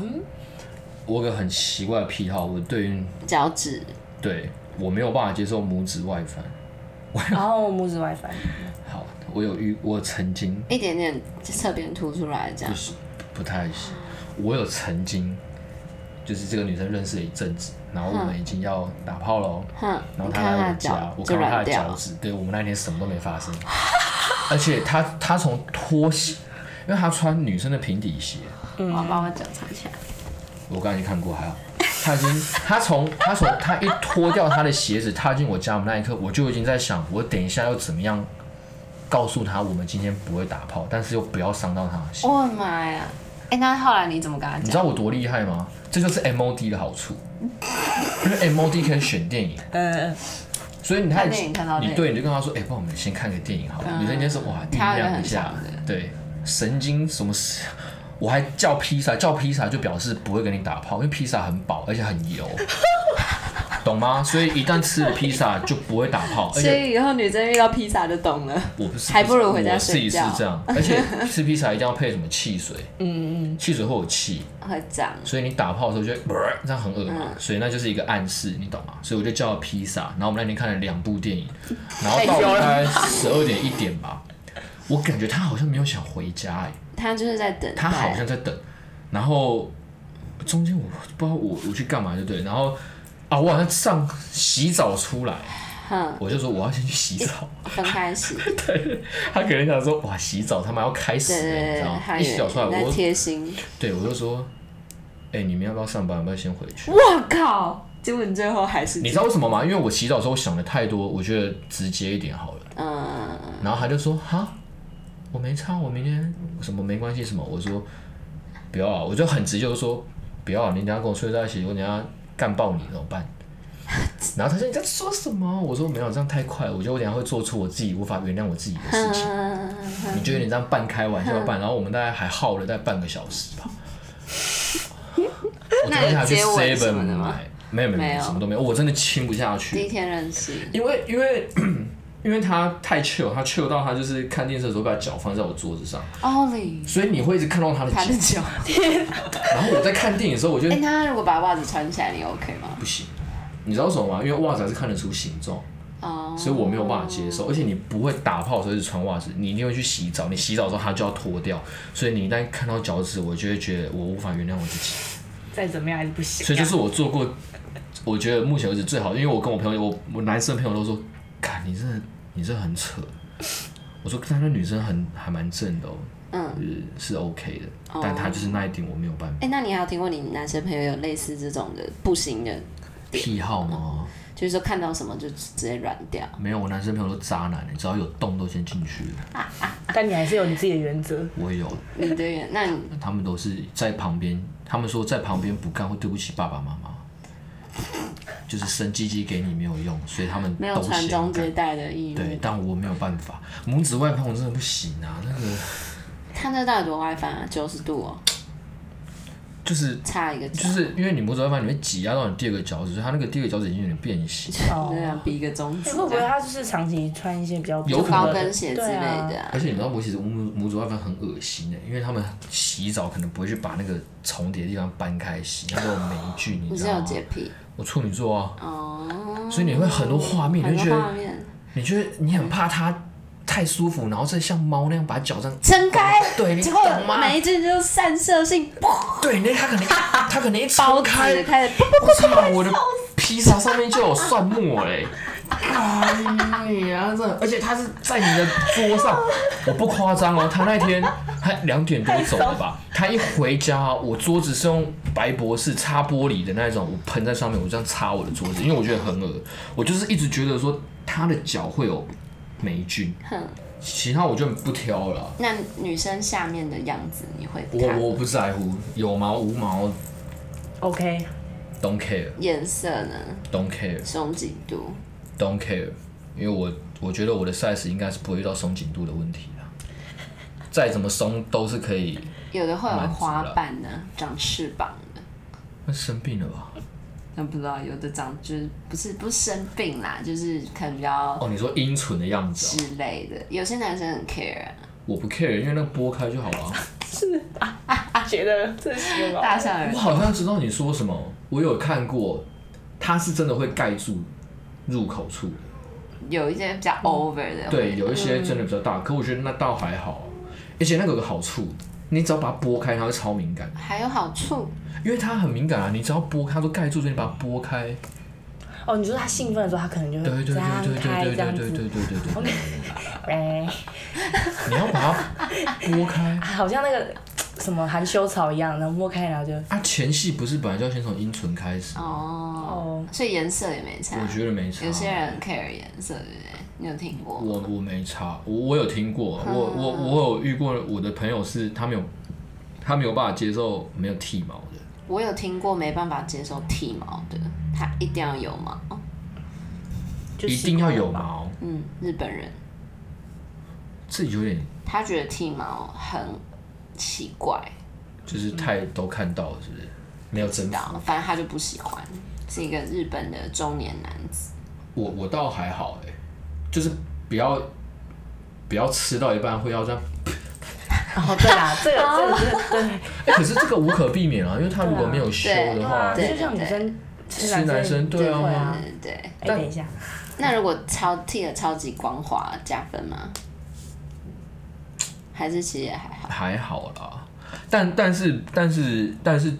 [SPEAKER 1] 我有个很奇怪的癖好，我对于
[SPEAKER 3] 脚趾
[SPEAKER 1] 对我没有办法接受拇指外翻。
[SPEAKER 2] 然后拇指外翻，
[SPEAKER 1] 好，我有遇，我曾经
[SPEAKER 3] 一点点侧边凸出来这样
[SPEAKER 1] 不。是不太行，我有曾经就是这个女生认识了一阵子，然后我们已经要打炮了哦，
[SPEAKER 3] 哼，
[SPEAKER 1] 然后
[SPEAKER 3] 你
[SPEAKER 1] 她来
[SPEAKER 3] 看他
[SPEAKER 1] 我
[SPEAKER 3] 的
[SPEAKER 1] 家
[SPEAKER 3] 脚，
[SPEAKER 1] 我
[SPEAKER 3] 就
[SPEAKER 1] 看到她的
[SPEAKER 3] 软掉
[SPEAKER 1] 脚趾，对我们那天什么都没发生，而且她她从拖鞋，因为她穿女生的平底鞋，
[SPEAKER 3] 我要把我脚藏起来。
[SPEAKER 1] 我刚才已经看过，还好。他已经， [LAUGHS] 他从他从他一脱掉他的鞋子踏进我家门那一刻，我就已经在想，我等一下要怎么样告诉他我们今天不会打炮，但是又不要伤到他的心。
[SPEAKER 3] 我的哦妈呀！哎，那后来你怎么跟他
[SPEAKER 1] 你知道
[SPEAKER 3] 讲？
[SPEAKER 1] 我多厉害吗？这就是 MOD 的好处，因为 MOD 可以选电影，
[SPEAKER 2] 呃，
[SPEAKER 1] 所以你看
[SPEAKER 3] 看电影看到累
[SPEAKER 1] 你对你就跟他说，哎、帮我们先看个电影好了。女生今天说哇，
[SPEAKER 3] 挑
[SPEAKER 1] 酝
[SPEAKER 3] 一个很
[SPEAKER 1] 酿一下
[SPEAKER 3] 长的，
[SPEAKER 1] 对，神经什么事？我还叫披萨，叫披萨就表示不会跟你打炮，因为披萨很饱而且很油。 [LAUGHS] 懂吗？所以一旦吃了披萨就不会打泡，而
[SPEAKER 3] 所
[SPEAKER 1] 且
[SPEAKER 3] 以以后女生遇到披萨就懂了。
[SPEAKER 1] 我不是，
[SPEAKER 3] 还不如回家
[SPEAKER 1] 我自己
[SPEAKER 3] 睡
[SPEAKER 1] 是
[SPEAKER 3] 觉
[SPEAKER 1] 这
[SPEAKER 3] [LAUGHS]
[SPEAKER 1] 样，而且吃披萨一定要配什么汽水，
[SPEAKER 3] 嗯嗯，
[SPEAKER 1] 汽水会有气，
[SPEAKER 3] 会长
[SPEAKER 1] 所以你打泡的时候就会、呃这样很恶
[SPEAKER 3] 嗯
[SPEAKER 1] 嘛，所以那就是一个暗示，你懂吗？所以我就叫了披萨，然后我们那天看了两部
[SPEAKER 3] [LAUGHS]
[SPEAKER 1] 电影，然后到大概十二点一点吧，我感觉他好像没有想回家、欸，
[SPEAKER 3] 他就是在等待。
[SPEAKER 1] 他好像在等，然后中间我不知道我我去干嘛，就对，然后啊，我好像上洗澡出来，
[SPEAKER 3] 哼，
[SPEAKER 1] 我就说我要先去洗澡，
[SPEAKER 3] 分
[SPEAKER 1] [LAUGHS]
[SPEAKER 3] 开洗，
[SPEAKER 1] 他可能想说哇洗澡他们要开始
[SPEAKER 3] 对
[SPEAKER 1] 了，你
[SPEAKER 3] 对
[SPEAKER 1] 知道
[SPEAKER 3] 对，
[SPEAKER 1] 吗？
[SPEAKER 3] 还
[SPEAKER 1] 一洗澡出来
[SPEAKER 3] 有在
[SPEAKER 1] 我
[SPEAKER 3] 贴心。
[SPEAKER 1] 对我就说，哎、你们要不要上班？要不要先回去？
[SPEAKER 3] 我靠！结果你最后还是
[SPEAKER 1] 你知道为什么吗？因为我洗澡的时候我想的太多，我觉得直接一点好了。
[SPEAKER 3] 嗯，
[SPEAKER 1] 然后他就说哈，我没差，我明天什么没关系什么。我说不要啊，我就很直接就说不要、啊，你等一下跟我睡在一起，我等一下干爆你怎么办？ [LAUGHS] 然后他说你在说什么？我说没有，这样太快了，我觉得我等一下会做出我自己无法原谅我自己的事
[SPEAKER 3] 嗯
[SPEAKER 1] 情。你觉得你这样半开玩笑半，然后我们大概还耗了大概半个小时
[SPEAKER 3] [LAUGHS]
[SPEAKER 1] 吧。我昨天还去
[SPEAKER 3] 那有接吻什
[SPEAKER 1] seven
[SPEAKER 3] 么的吗
[SPEAKER 1] 买，没有没有没
[SPEAKER 3] 没有
[SPEAKER 1] 有什么都没有，我真的亲不下去。
[SPEAKER 3] 第一天认识，
[SPEAKER 1] 因为因为因为他太 chill，他 chill 到他就是看电视的时候把脚放在我桌子上，
[SPEAKER 3] 奥
[SPEAKER 1] [LAUGHS]
[SPEAKER 3] 利，
[SPEAKER 1] 所以你会一直看到他的
[SPEAKER 3] 他
[SPEAKER 1] 脚
[SPEAKER 3] 的。酒。
[SPEAKER 1] 然后我在看电影的时候，我就
[SPEAKER 3] 哎，那如果把袜子穿起来，你 OK 吗？
[SPEAKER 1] 不行，你知道为什么吗？因为袜子还是看得出形状，
[SPEAKER 3] 哦，
[SPEAKER 1] 所以我没有办法接受。而且你不会打泡的时候一直穿袜子，你一定会去洗澡，你洗澡的时候他就要脱掉，所以你一旦看到脚趾，我就会觉得我无法原谅我自己。
[SPEAKER 2] 再怎么样还是不行啊。
[SPEAKER 1] 所以就是我做过，我觉得目前为止最好，因为我跟我朋友，我我男生朋友都说，看你这你这很扯。我说，但那女生很还蛮正的哦，
[SPEAKER 3] 嗯，
[SPEAKER 1] 就是是 OK 的
[SPEAKER 3] 哦，
[SPEAKER 1] 但她就是那一点我没有办法。
[SPEAKER 3] 哎，那你还有听过你男生朋友有类似这种的不行的，
[SPEAKER 1] 癖好吗？
[SPEAKER 3] 就是说看到什么就直接软掉？
[SPEAKER 1] 没有，我男生朋友都渣男，欸只要有洞都先进去。
[SPEAKER 2] 但你还是有你自己的原则。
[SPEAKER 1] 我也有，
[SPEAKER 3] 你的原那你
[SPEAKER 1] 他们都是在旁边，他们说在旁边不干会对不起爸爸妈妈，就是生鸡鸡给你没有用，所以他们
[SPEAKER 3] 没有
[SPEAKER 1] 都
[SPEAKER 3] 传
[SPEAKER 1] 嫌
[SPEAKER 3] 宗
[SPEAKER 1] 干
[SPEAKER 3] 接代的义
[SPEAKER 1] 对
[SPEAKER 3] 务，，
[SPEAKER 1] 但我没有办法，拇指外翻我真的不行啊，那个
[SPEAKER 3] 他那到底多外翻啊？九十度哦，
[SPEAKER 1] 就是
[SPEAKER 3] 差一个
[SPEAKER 1] 就 [LAUGHS]
[SPEAKER 3] 角，
[SPEAKER 1] 是因为你拇指外翻，你会挤压到你第二个脚趾，所以它那个第二个脚趾已经有点变形。
[SPEAKER 2] 哦
[SPEAKER 3] 这样比一个中指
[SPEAKER 2] 哎会
[SPEAKER 3] 这
[SPEAKER 2] 不
[SPEAKER 3] 样，
[SPEAKER 2] 会他就是长期穿一些比较
[SPEAKER 1] 有可能
[SPEAKER 3] 高跟鞋之类
[SPEAKER 2] 对
[SPEAKER 3] 的
[SPEAKER 2] 啊
[SPEAKER 3] 啊？
[SPEAKER 1] 而且你知道，我其实拇拇指外翻很恶心欸的、因为他们洗澡可能不会去把那个重叠的地方搬开洗，那种霉菌，你
[SPEAKER 3] 你
[SPEAKER 1] 知
[SPEAKER 3] 是
[SPEAKER 1] 道
[SPEAKER 3] 有
[SPEAKER 1] 吗？
[SPEAKER 3] 洁癖
[SPEAKER 1] 我处女座啊，
[SPEAKER 3] 哦，
[SPEAKER 1] 所以你会很多画面，
[SPEAKER 3] 很
[SPEAKER 1] 你就
[SPEAKER 3] 多
[SPEAKER 1] 觉
[SPEAKER 3] 画
[SPEAKER 1] 得
[SPEAKER 3] 面
[SPEAKER 1] 你觉得你很怕它太舒服，然后再像猫那样把脚这样，
[SPEAKER 3] 撑开，
[SPEAKER 1] 对，你
[SPEAKER 3] 结果
[SPEAKER 1] 懂吗？
[SPEAKER 3] 每一句就散射性砰
[SPEAKER 1] 对，那它可
[SPEAKER 3] [LAUGHS]
[SPEAKER 1] 能它可能一
[SPEAKER 3] 包
[SPEAKER 1] 抽开
[SPEAKER 3] 子，开始砰
[SPEAKER 1] 我操！我的披萨上面就有蒜末哎、哎呀，这而且他是在你的桌上，我不夸张哦，他那天他两点多走的吧，他一回家啊，我桌子是用白博士擦玻璃的那种，我喷在上面，我这样擦我的桌子，因为我觉得很恶，我就是一直觉得说他的脚会有霉菌，
[SPEAKER 3] 哼，
[SPEAKER 1] 其他我就不挑了啦。
[SPEAKER 3] 那女生下面的样子你会
[SPEAKER 1] 我
[SPEAKER 3] 看
[SPEAKER 1] 我不在乎有毛无毛
[SPEAKER 2] OK，
[SPEAKER 1] ，don't care
[SPEAKER 3] 颜色呢？
[SPEAKER 1] don't care。
[SPEAKER 3] 胸几度？
[SPEAKER 1] don't care，因为我我觉得我的 size 应该是不会遇到松紧度的问题的，再怎么松都是可以。
[SPEAKER 3] 有的会有
[SPEAKER 1] 满足
[SPEAKER 3] 花
[SPEAKER 1] 了
[SPEAKER 3] 瓣呢，长翅膀的。
[SPEAKER 1] 那生病了吧？
[SPEAKER 3] 那不知道有的长就是不是不是生病啦，就是可能比较
[SPEAKER 1] 哦，你说阴唇的样子、哦，
[SPEAKER 3] 之类的。有些男生很 care，、啊、
[SPEAKER 1] 我不 care，因为那个拨开就好了。
[SPEAKER 3] 啊
[SPEAKER 2] 觉得这是形
[SPEAKER 1] 哦
[SPEAKER 2] 容
[SPEAKER 3] 大象
[SPEAKER 1] 我
[SPEAKER 3] 人
[SPEAKER 1] 好像知道你说什么，我有看过，它是真的会盖住入口处。
[SPEAKER 3] 有一些比较 over 的，
[SPEAKER 1] 嗯对，有一些真的比较大，可我觉得那倒还好，而且那个有个好处，你只要把它拨开，它会超敏感，
[SPEAKER 3] 还有好处。
[SPEAKER 1] 因为它很敏感啊。你只要拨开，它都盖住，所以你把它拨开。
[SPEAKER 2] 哦，你说他兴奋的时候，他可能就
[SPEAKER 1] 对
[SPEAKER 2] 会
[SPEAKER 1] 对对
[SPEAKER 2] 张
[SPEAKER 1] 对对
[SPEAKER 2] 开
[SPEAKER 1] 对
[SPEAKER 2] 这样
[SPEAKER 1] 对对对
[SPEAKER 2] 子，
[SPEAKER 1] 对对对。
[SPEAKER 2] 哎，啊
[SPEAKER 1] 你要把它拨开
[SPEAKER 2] 好像那个什么含羞草一样，然后摸开，然后就
[SPEAKER 1] 啊！前戏不是本来就要先从阴唇开始？
[SPEAKER 3] 哦
[SPEAKER 2] 哦，
[SPEAKER 3] 所以颜色也没差。
[SPEAKER 1] 我觉得没差。
[SPEAKER 3] 有些人很 care 颜色，对不对？你有听过？
[SPEAKER 1] 我我没差，我我有听过，我我我有遇过我的朋友是他没有他没有办法接受没有剃毛的，
[SPEAKER 3] 我有听过没办法接受剃毛的，他一定要有毛。
[SPEAKER 2] 就
[SPEAKER 1] 一
[SPEAKER 2] 习
[SPEAKER 1] 定要
[SPEAKER 2] 惯
[SPEAKER 1] 有
[SPEAKER 2] 了吧。
[SPEAKER 1] 毛，
[SPEAKER 3] 嗯，日本人
[SPEAKER 1] 这有点
[SPEAKER 3] 他觉得剃毛很奇怪，
[SPEAKER 1] 就是太都看到了，是不是？没有
[SPEAKER 3] 不
[SPEAKER 1] 征
[SPEAKER 3] 知
[SPEAKER 1] 服。
[SPEAKER 3] 道，反正他就不喜欢。是一个日本的中年男子。
[SPEAKER 1] 我我倒还好哎、就是不要不要吃到一半会要这样。
[SPEAKER 2] 哦，对
[SPEAKER 3] [LAUGHS]
[SPEAKER 2] 啦，这个这个这个对
[SPEAKER 1] 哎、可是这个无可避免啊，因为他如果没有修
[SPEAKER 3] 对
[SPEAKER 1] 的话，
[SPEAKER 2] 啊，
[SPEAKER 3] 对
[SPEAKER 2] 就像女生
[SPEAKER 1] 吃男生对
[SPEAKER 2] 就会
[SPEAKER 1] 啊
[SPEAKER 2] 啊。
[SPEAKER 3] 对对。
[SPEAKER 2] 哎，
[SPEAKER 1] 但
[SPEAKER 2] 等一下，
[SPEAKER 3] 那如果超剃了超级光滑加分吗？还是其实也还好。
[SPEAKER 1] 还好啦。但但是但是但是，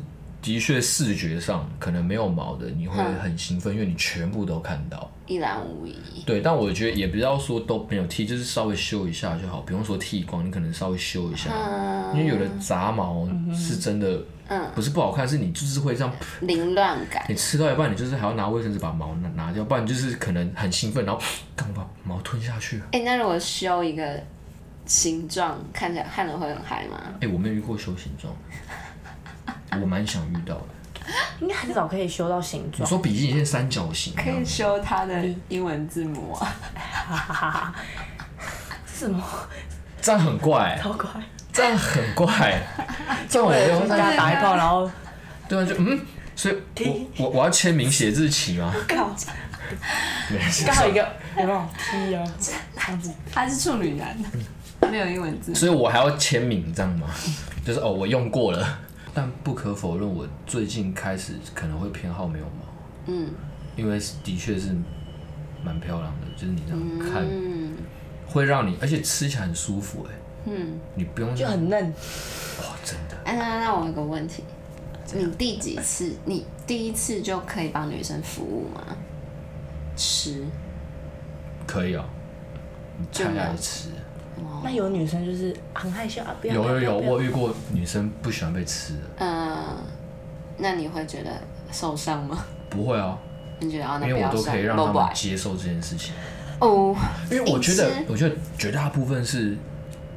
[SPEAKER 1] 的确视觉上可能没有毛的，你会
[SPEAKER 3] 嗯
[SPEAKER 1] 很兴奋，因为你全部都看到。
[SPEAKER 3] 一览无遗。
[SPEAKER 1] 对，但我觉得也不要说都没有剃，就是稍微修一下就好，不用说剃光，你可能稍微修一下，
[SPEAKER 3] 呃
[SPEAKER 1] 因为有的杂毛是真的，
[SPEAKER 3] 嗯
[SPEAKER 1] 不是不好看，是你就是会这样，
[SPEAKER 3] 凌乱感，
[SPEAKER 1] 你吃到一半，你就是还要拿卫生纸把毛拿拿掉，不然就是可能很兴奋，然后 [SNIFFS] 刚把毛吞下去。
[SPEAKER 3] 哎、那如果修一个形状，看起来看了会很嗨吗？
[SPEAKER 1] 哎、我没有遇过修形状的，我蛮想遇到的。
[SPEAKER 2] 应该很少可以修到形
[SPEAKER 1] 你
[SPEAKER 2] 状，
[SPEAKER 1] 说比基尼现在三角形啊这
[SPEAKER 3] 可
[SPEAKER 1] 样
[SPEAKER 3] 以
[SPEAKER 1] 子，
[SPEAKER 3] 修它的英文字母啊， [LAUGHS]
[SPEAKER 2] [LAUGHS] 哈哈哈哈。什么？
[SPEAKER 1] 这样很怪，
[SPEAKER 2] 好乖！
[SPEAKER 1] 这样很怪，这样我没
[SPEAKER 2] 对，
[SPEAKER 1] 有
[SPEAKER 2] 大家打一炮，
[SPEAKER 1] [LAUGHS]
[SPEAKER 2] 然后
[SPEAKER 1] 对啊，就嗯，所以我我我要签名写字旗吗？
[SPEAKER 3] 靠，
[SPEAKER 1] 没事
[SPEAKER 2] 刚好一个有没有 T 啊？这样子，
[SPEAKER 3] 他是处女男，没有英文字母。
[SPEAKER 1] 所以我还要签名这样吗？就是哦，我用过了。但不可否认，我最近开始可能会偏好没有毛，
[SPEAKER 3] 嗯
[SPEAKER 1] 因为的确是蛮漂亮的，就是你这样看、
[SPEAKER 3] 嗯
[SPEAKER 1] 会让你，而且吃起来很舒服哎、
[SPEAKER 3] 嗯。
[SPEAKER 1] 你不用
[SPEAKER 2] 就很嫩。
[SPEAKER 1] 哇，真的
[SPEAKER 3] 哎、那那我有个问题，你第几次？你第一次就可以帮女生服务吗？吃
[SPEAKER 1] 可以哦、你
[SPEAKER 3] 就
[SPEAKER 1] 拆
[SPEAKER 3] 没有
[SPEAKER 1] 下来吃。
[SPEAKER 2] 那有女生就是很害羞啊，不要
[SPEAKER 1] 有
[SPEAKER 2] 不要
[SPEAKER 1] 有有，
[SPEAKER 2] 不要
[SPEAKER 1] 我遇过女生不喜欢被吃的，
[SPEAKER 3] 嗯，那你会觉得受伤吗？
[SPEAKER 1] 不会啊，
[SPEAKER 3] 你觉得啊，
[SPEAKER 1] 因
[SPEAKER 3] 那
[SPEAKER 1] 为
[SPEAKER 3] 不
[SPEAKER 1] 我
[SPEAKER 3] 要
[SPEAKER 1] 都可以让
[SPEAKER 3] 算，
[SPEAKER 1] 他
[SPEAKER 3] 不不
[SPEAKER 1] 们接受这件事情。
[SPEAKER 3] 哦，
[SPEAKER 1] 因为我觉得
[SPEAKER 3] 隐私，
[SPEAKER 1] 我觉得绝大部分是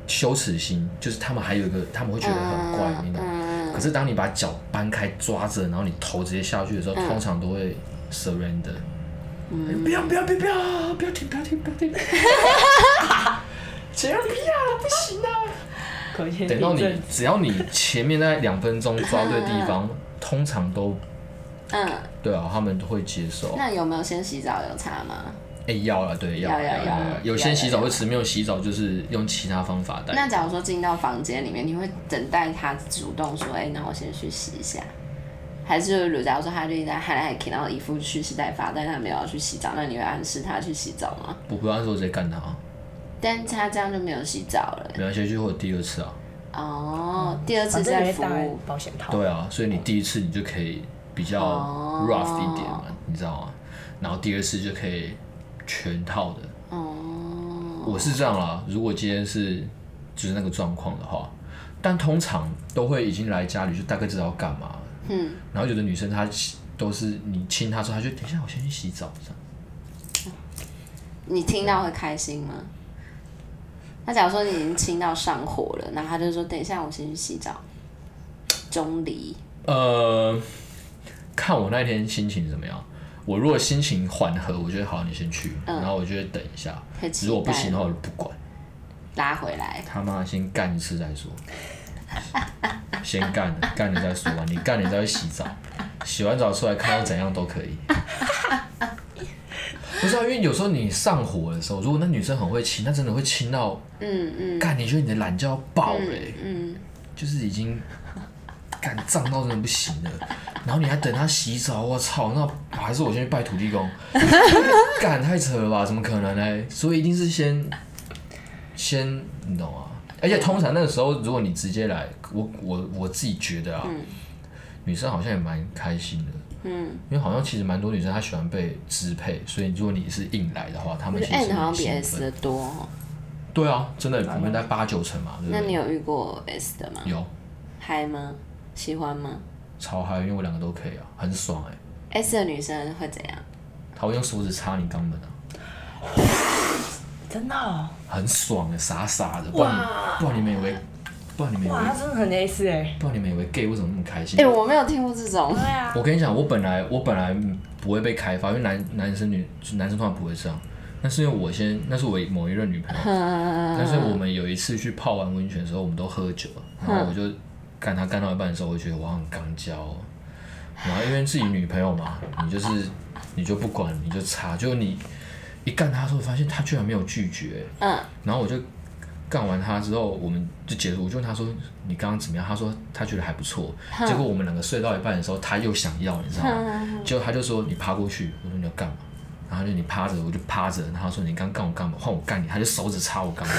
[SPEAKER 1] 羞耻心，就是他们还有一个，他们会觉得很怪，你懂吗。
[SPEAKER 3] 嗯
[SPEAKER 1] 可是当你把脚搬开抓着，然后你头直接下去的时候，通常都会 surrender。哎不要不要不要不要不要停不要停不要停！杰伦不要不行啊！
[SPEAKER 2] 可以先
[SPEAKER 1] 等到
[SPEAKER 2] 订
[SPEAKER 1] 你
[SPEAKER 2] 正
[SPEAKER 1] 只要你前面那两分钟抓对地方，通常都
[SPEAKER 3] 嗯，
[SPEAKER 1] 对啊，他们都会接受。
[SPEAKER 3] 那有没有先洗澡有差吗？
[SPEAKER 1] 哎、要了，对，要
[SPEAKER 3] 要
[SPEAKER 1] 了
[SPEAKER 3] 要
[SPEAKER 1] 要
[SPEAKER 3] 要
[SPEAKER 1] 了有
[SPEAKER 3] 要
[SPEAKER 1] 些
[SPEAKER 3] 要
[SPEAKER 1] 洗澡
[SPEAKER 3] 要
[SPEAKER 1] 会吃，没有洗澡就是用其他方法代替
[SPEAKER 3] 那假如说进到房间里面，你会等待他主动说：“哎、那我先去洗一下。”还是如假如说他就一直在喊来喊去，然后一副蓄势待发，但他没有要去洗澡，那你会暗示他去洗澡吗？
[SPEAKER 1] 我不按说直接干他，
[SPEAKER 3] 但他这样就没有洗澡了。
[SPEAKER 1] 没关系，就会有第二次啊。
[SPEAKER 3] 哦，第二次
[SPEAKER 2] 反正
[SPEAKER 3] 再
[SPEAKER 2] 也
[SPEAKER 3] 服
[SPEAKER 2] 当
[SPEAKER 3] 务，
[SPEAKER 2] 保险套。
[SPEAKER 1] 对啊，所以你第一次你就可以比较
[SPEAKER 3] 哦
[SPEAKER 1] rough 一点嘛，你知道吗？然后第二次就可以全套的。
[SPEAKER 3] 哦，
[SPEAKER 1] 我是这样啦，如果今天是就是那个状况的话，但通常都会已经来家里就大概知道干嘛了。
[SPEAKER 3] 嗯，
[SPEAKER 1] 然后有的女生她都是你亲她之后，她就等一下我先去洗澡这样。
[SPEAKER 3] 你听到会开心吗？那假如说你已经亲到上火了，然后他就说：“等一下，我先去洗澡。”钟离，
[SPEAKER 1] 呃，看我那天心情怎么样。我如果心情缓和，我觉得好，你先去，然后我就会等一下。
[SPEAKER 3] 会嗯期待
[SPEAKER 1] 如果不行的话，我就不管，
[SPEAKER 3] 拉回来。
[SPEAKER 1] 他妈先干一次再说， [LAUGHS] 先干了，干了再说吧。你干了再去洗澡，洗完澡出来看到怎样都可以。 [LAUGHS] 不是啊，因为有时候你上火的时候，如果那女生很会亲，那真的会亲到
[SPEAKER 3] 嗯嗯
[SPEAKER 1] 干，你觉得你的懒觉要爆了欸、
[SPEAKER 3] 嗯，
[SPEAKER 1] 就是已经 [LAUGHS] 干胀到真的不行了，然后你还等他洗澡，我操，那还是我先去拜土地公， [LAUGHS] 干太扯了吧？怎么可能呢？所以一定是先先你懂吗？而且通常那个时候，如果你直接来，我我我自己觉得啊，女生好像也蛮开心的，
[SPEAKER 3] 嗯，
[SPEAKER 1] 因为好像其实蛮多女生她喜欢被支配，所以如果你是硬来的话，她
[SPEAKER 3] 我
[SPEAKER 1] 们
[SPEAKER 3] 觉
[SPEAKER 1] 其
[SPEAKER 3] 得
[SPEAKER 1] 实很
[SPEAKER 3] N 好像比
[SPEAKER 1] 兴
[SPEAKER 3] S
[SPEAKER 1] 奋
[SPEAKER 3] 的多、哦。
[SPEAKER 1] 对啊，真的，我们在八九成嘛，对不
[SPEAKER 3] 那你
[SPEAKER 1] 对？
[SPEAKER 3] 有遇过 S 的吗？
[SPEAKER 1] 有
[SPEAKER 3] 嗨吗？喜欢吗
[SPEAKER 1] 超嗨，因为我两个都可以啊，很爽哎、
[SPEAKER 3] ？S 的女生会怎样？
[SPEAKER 1] 他会用手指插你肛门啊，
[SPEAKER 2] 真的哦、
[SPEAKER 1] 很爽的，傻傻的。不然你不然你们以为，不然你们以
[SPEAKER 2] 哇，他
[SPEAKER 1] 为，
[SPEAKER 2] 真的很 S 哎、
[SPEAKER 1] 不然你们以为 gay 为什么那么开心
[SPEAKER 3] 哎、？我没有听过这种 [LAUGHS]
[SPEAKER 2] 对。啊，
[SPEAKER 1] 我跟你讲，我本来我本来不会被开发，因为男男生女男生通常不会这样。那是因为我先，那是我某一任女朋友，
[SPEAKER 3] 嗯
[SPEAKER 1] 但是我们有一次去泡完温泉的时候，我们都喝酒，然后我就干他干到一半的时候，我就觉得我好像刚交哦、然后因为自己女朋友嘛，你就是你就不管，你就插，就你一干她的时候，发现她居然没有拒绝，
[SPEAKER 3] 嗯，
[SPEAKER 1] 然后我就干完她之后，我们就结束，我就问她说你刚刚怎么样？她说她觉得还不错，结果我们两个睡到一半的时候，她又想要，你知道吗？结果她就说你趴过去，我说你要干嘛？然后就你趴着，我就趴着，然后她说你刚干我干嘛？换我干你，她就手指插我干嘛？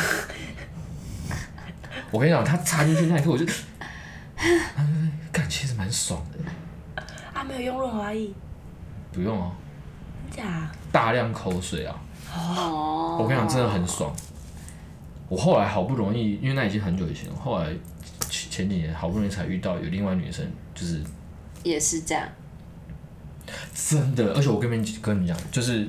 [SPEAKER 1] 我跟你讲，她插进去那一刻，我就， [LAUGHS] 哎干其实蛮爽的。
[SPEAKER 2] 啊，没有用润滑液，
[SPEAKER 1] 不用啊，
[SPEAKER 2] 真假？
[SPEAKER 1] 大量口水啊！
[SPEAKER 3] 哦，
[SPEAKER 1] 我跟你讲，真的很爽。我后来好不容易，因为那已经很久以前了，后来前前几年好不容易才遇到有另外女生，就是
[SPEAKER 3] 也是这样，
[SPEAKER 1] 真的，而且我跟你们跟你们讲，就是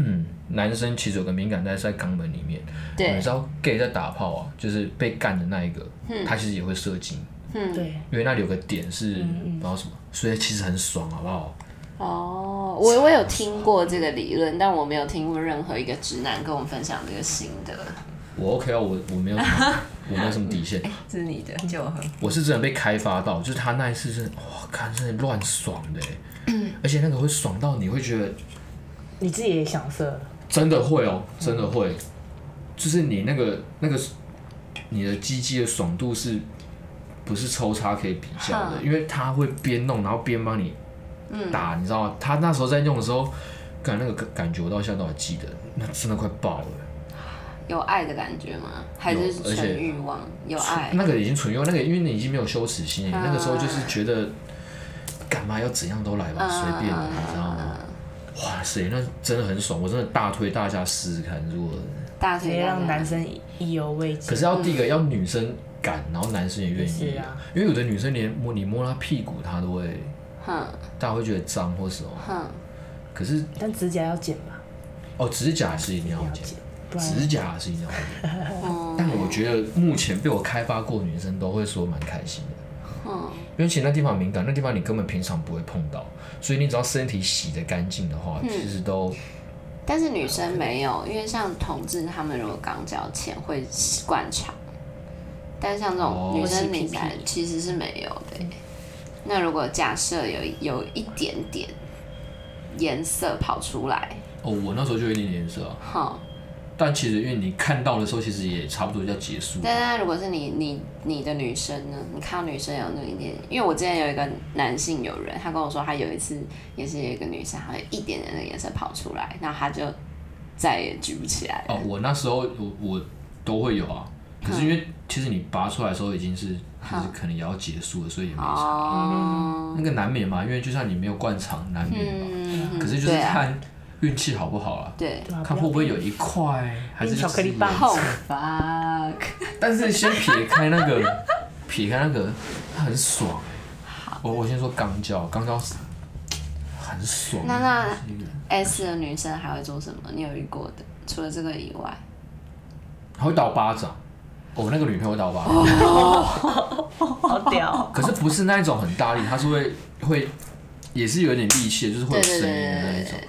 [SPEAKER 1] [CLEARS THROAT] 男生其实有个敏感带是在肛门里面，你
[SPEAKER 3] 对
[SPEAKER 1] 知，道 gay 在打炮啊，就是被干的那一个，他其实也会射精，
[SPEAKER 3] 嗯，
[SPEAKER 2] 对，
[SPEAKER 1] 因为那里有个点是
[SPEAKER 2] 嗯嗯
[SPEAKER 1] 不知道什么，所以其实很爽，好不好？
[SPEAKER 3] 哦，我我有听过这个理论，但我没有听过任何一个直男跟我分享这个心得，
[SPEAKER 1] 我 OK 啊，我我没有什么我没有什么底线，
[SPEAKER 3] 这是你的，借我喝，
[SPEAKER 1] 我是真的被开发到，就是他那一次真的，哇，看真的乱爽的欸，而且那个会爽到你会觉得
[SPEAKER 2] 你自己也想射了，
[SPEAKER 1] 真的会哦、真的会，就是你那个那个你的鸡鸡的爽度是不是抽插可以比较的？
[SPEAKER 3] 哼
[SPEAKER 1] 因为他会边弄然后边帮你打，你知道吗？他那时候在用的时候，感那个感感觉我到现在都还记得，那真的快爆了。
[SPEAKER 3] 有爱的感觉吗？还是
[SPEAKER 1] 有而且
[SPEAKER 3] 纯欲望？有爱，
[SPEAKER 1] 那个已经纯用，那个因为你已经没有羞耻心了，
[SPEAKER 3] 啊
[SPEAKER 1] 那个时候就是觉得干嘛要怎样都来吧，随便的，你知道吗？哇塞，那真的很爽，我真的大推大家试试看。如果
[SPEAKER 3] 大
[SPEAKER 2] 直
[SPEAKER 3] 腿
[SPEAKER 2] 接让
[SPEAKER 3] 大
[SPEAKER 2] 男生意犹未尽。
[SPEAKER 1] 可是要第一个要女生敢，然后男生也愿意
[SPEAKER 2] 是啊，
[SPEAKER 1] 因为有的女生连摸你摸她屁股，她都会
[SPEAKER 3] 哼
[SPEAKER 1] 大家会觉得脏或什么。
[SPEAKER 3] 哼，
[SPEAKER 2] [LAUGHS]
[SPEAKER 1] 可是
[SPEAKER 2] 但指甲要剪吧，
[SPEAKER 1] 哦，指甲是一定要
[SPEAKER 2] 要
[SPEAKER 1] 剪
[SPEAKER 2] 剪，，不然
[SPEAKER 1] 指甲是一定要剪。
[SPEAKER 3] 嗯
[SPEAKER 1] 但我觉得目前被我开发过的女生都会说蛮开心的。
[SPEAKER 3] 哼，
[SPEAKER 1] 因为其实那地方很敏感，那地方你根本平常不会碰到，所以你只要身体洗得干净的
[SPEAKER 3] 嗯
[SPEAKER 1] 话，其实都
[SPEAKER 3] 但是女生没有，因为像同志他们如果刚交前会灌肠，但像这
[SPEAKER 1] 哦
[SPEAKER 3] 种女
[SPEAKER 2] 会洗
[SPEAKER 3] 生
[SPEAKER 2] 屁
[SPEAKER 3] 敏感
[SPEAKER 2] 屁
[SPEAKER 3] 其实是没有的
[SPEAKER 2] 嗯
[SPEAKER 3] 耶。那如果假设有有一点点颜色跑出来，
[SPEAKER 1] 哦，我那时候就有一点点颜色啊，
[SPEAKER 3] 哼，
[SPEAKER 1] 但其实因为你看到的时候，其实也差不多要结束。
[SPEAKER 3] 但那如果是你你你的女生呢？你看到女生有那一点，因为我之前有一个男性友人，他跟我说他有一次也是有一个女生，好像有一点点的颜色跑出来，然后他就再也举不起来了。
[SPEAKER 1] 哦，我那时候我我都会有啊，可是因为其实你拔出来的时候已经是就是可能也要结束了，所以也没差。
[SPEAKER 3] 哦，
[SPEAKER 1] 那个难免嘛，因为就像你没有灌肠，难免嘛。
[SPEAKER 3] 嗯，
[SPEAKER 1] 可是就是
[SPEAKER 3] 对啊，
[SPEAKER 1] 看运气好不好啊，
[SPEAKER 3] 对，
[SPEAKER 2] 对啊
[SPEAKER 1] 看会不会有一块还是
[SPEAKER 2] 变巧克力
[SPEAKER 1] 只是
[SPEAKER 2] 棒
[SPEAKER 1] 有
[SPEAKER 3] 好 fuck，
[SPEAKER 1] 但是先撇开那个， [LAUGHS] 撇开那个，它很爽。欸我我先说肛交，肛交是很爽。
[SPEAKER 3] 那那 S 的女生还会做什么？你有遇过的？除了这个以外，
[SPEAKER 1] 还会打我巴掌，我、那个女朋友打我巴
[SPEAKER 3] 哦
[SPEAKER 1] 掌，
[SPEAKER 2] [LAUGHS] 好屌，
[SPEAKER 1] 可是不是那一种很大力，她是会会也是有点力气的，就是会
[SPEAKER 3] 对
[SPEAKER 1] 有
[SPEAKER 3] 对
[SPEAKER 1] 声音
[SPEAKER 3] 对
[SPEAKER 1] 的那一
[SPEAKER 3] 对
[SPEAKER 1] 种，
[SPEAKER 3] 对，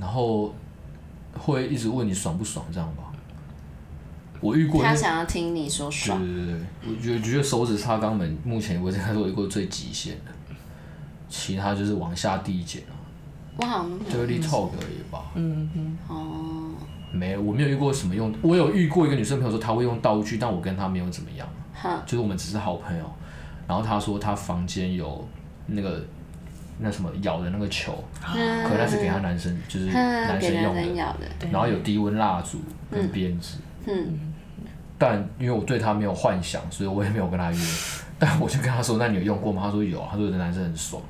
[SPEAKER 1] 然后会一直问你爽不爽这样吧。我遇过，
[SPEAKER 3] 他
[SPEAKER 1] 就是
[SPEAKER 3] 想要听你说
[SPEAKER 1] 对
[SPEAKER 3] 爽，
[SPEAKER 1] 对对，我觉得觉得手指插肛门，目前我应该是我遇过最极限的，其他就是往下递减啊。
[SPEAKER 3] 我好像
[SPEAKER 1] dirty talk 而已吧。
[SPEAKER 2] 嗯嗯，
[SPEAKER 3] 哦，
[SPEAKER 1] 没有，我没有遇过什么用，我有遇过一个女生朋友说她会用道具，但我跟她没有怎么样，
[SPEAKER 3] 哼，
[SPEAKER 1] 就是我们只是好朋友。然后她说她房间有那个那什么咬的那个球，可
[SPEAKER 3] 可
[SPEAKER 1] 那是给她男生，就是男
[SPEAKER 3] 啊给
[SPEAKER 1] 生
[SPEAKER 3] 男
[SPEAKER 1] 用
[SPEAKER 3] 生
[SPEAKER 1] 的。
[SPEAKER 3] 咬的，
[SPEAKER 2] 对
[SPEAKER 1] 然后有低温蜡烛跟鞭子，
[SPEAKER 3] 嗯，
[SPEAKER 1] 但因为我对她没有幻想，所以我也没有跟她约。 [LAUGHS] 但我就跟她说：“那你有用过吗？”她说有啊，她说有的男生很爽。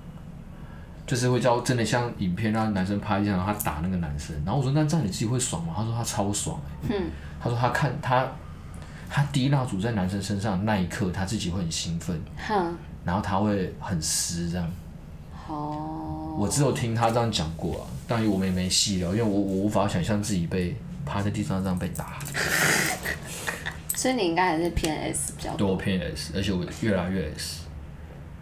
[SPEAKER 1] 就是会叫真的像影片让男生拍一下，然后他打那个男生，然后我说那这样你自己会爽吗？她说她超爽、欸
[SPEAKER 3] 嗯，
[SPEAKER 1] 他说他看他他滴蜡烛在男生身上的那一刻，他自己会很兴奋，
[SPEAKER 3] 哼，
[SPEAKER 1] 然后他会很湿这样。
[SPEAKER 3] 哦，
[SPEAKER 1] 我只有听他这样讲过啊，当然我们也没细聊，因为我我无法想象自己被趴在地上这样被打。
[SPEAKER 3] 所以你应该还是偏 S 比较
[SPEAKER 1] 对
[SPEAKER 3] 多，
[SPEAKER 1] 我偏 S，而且我越来越 S，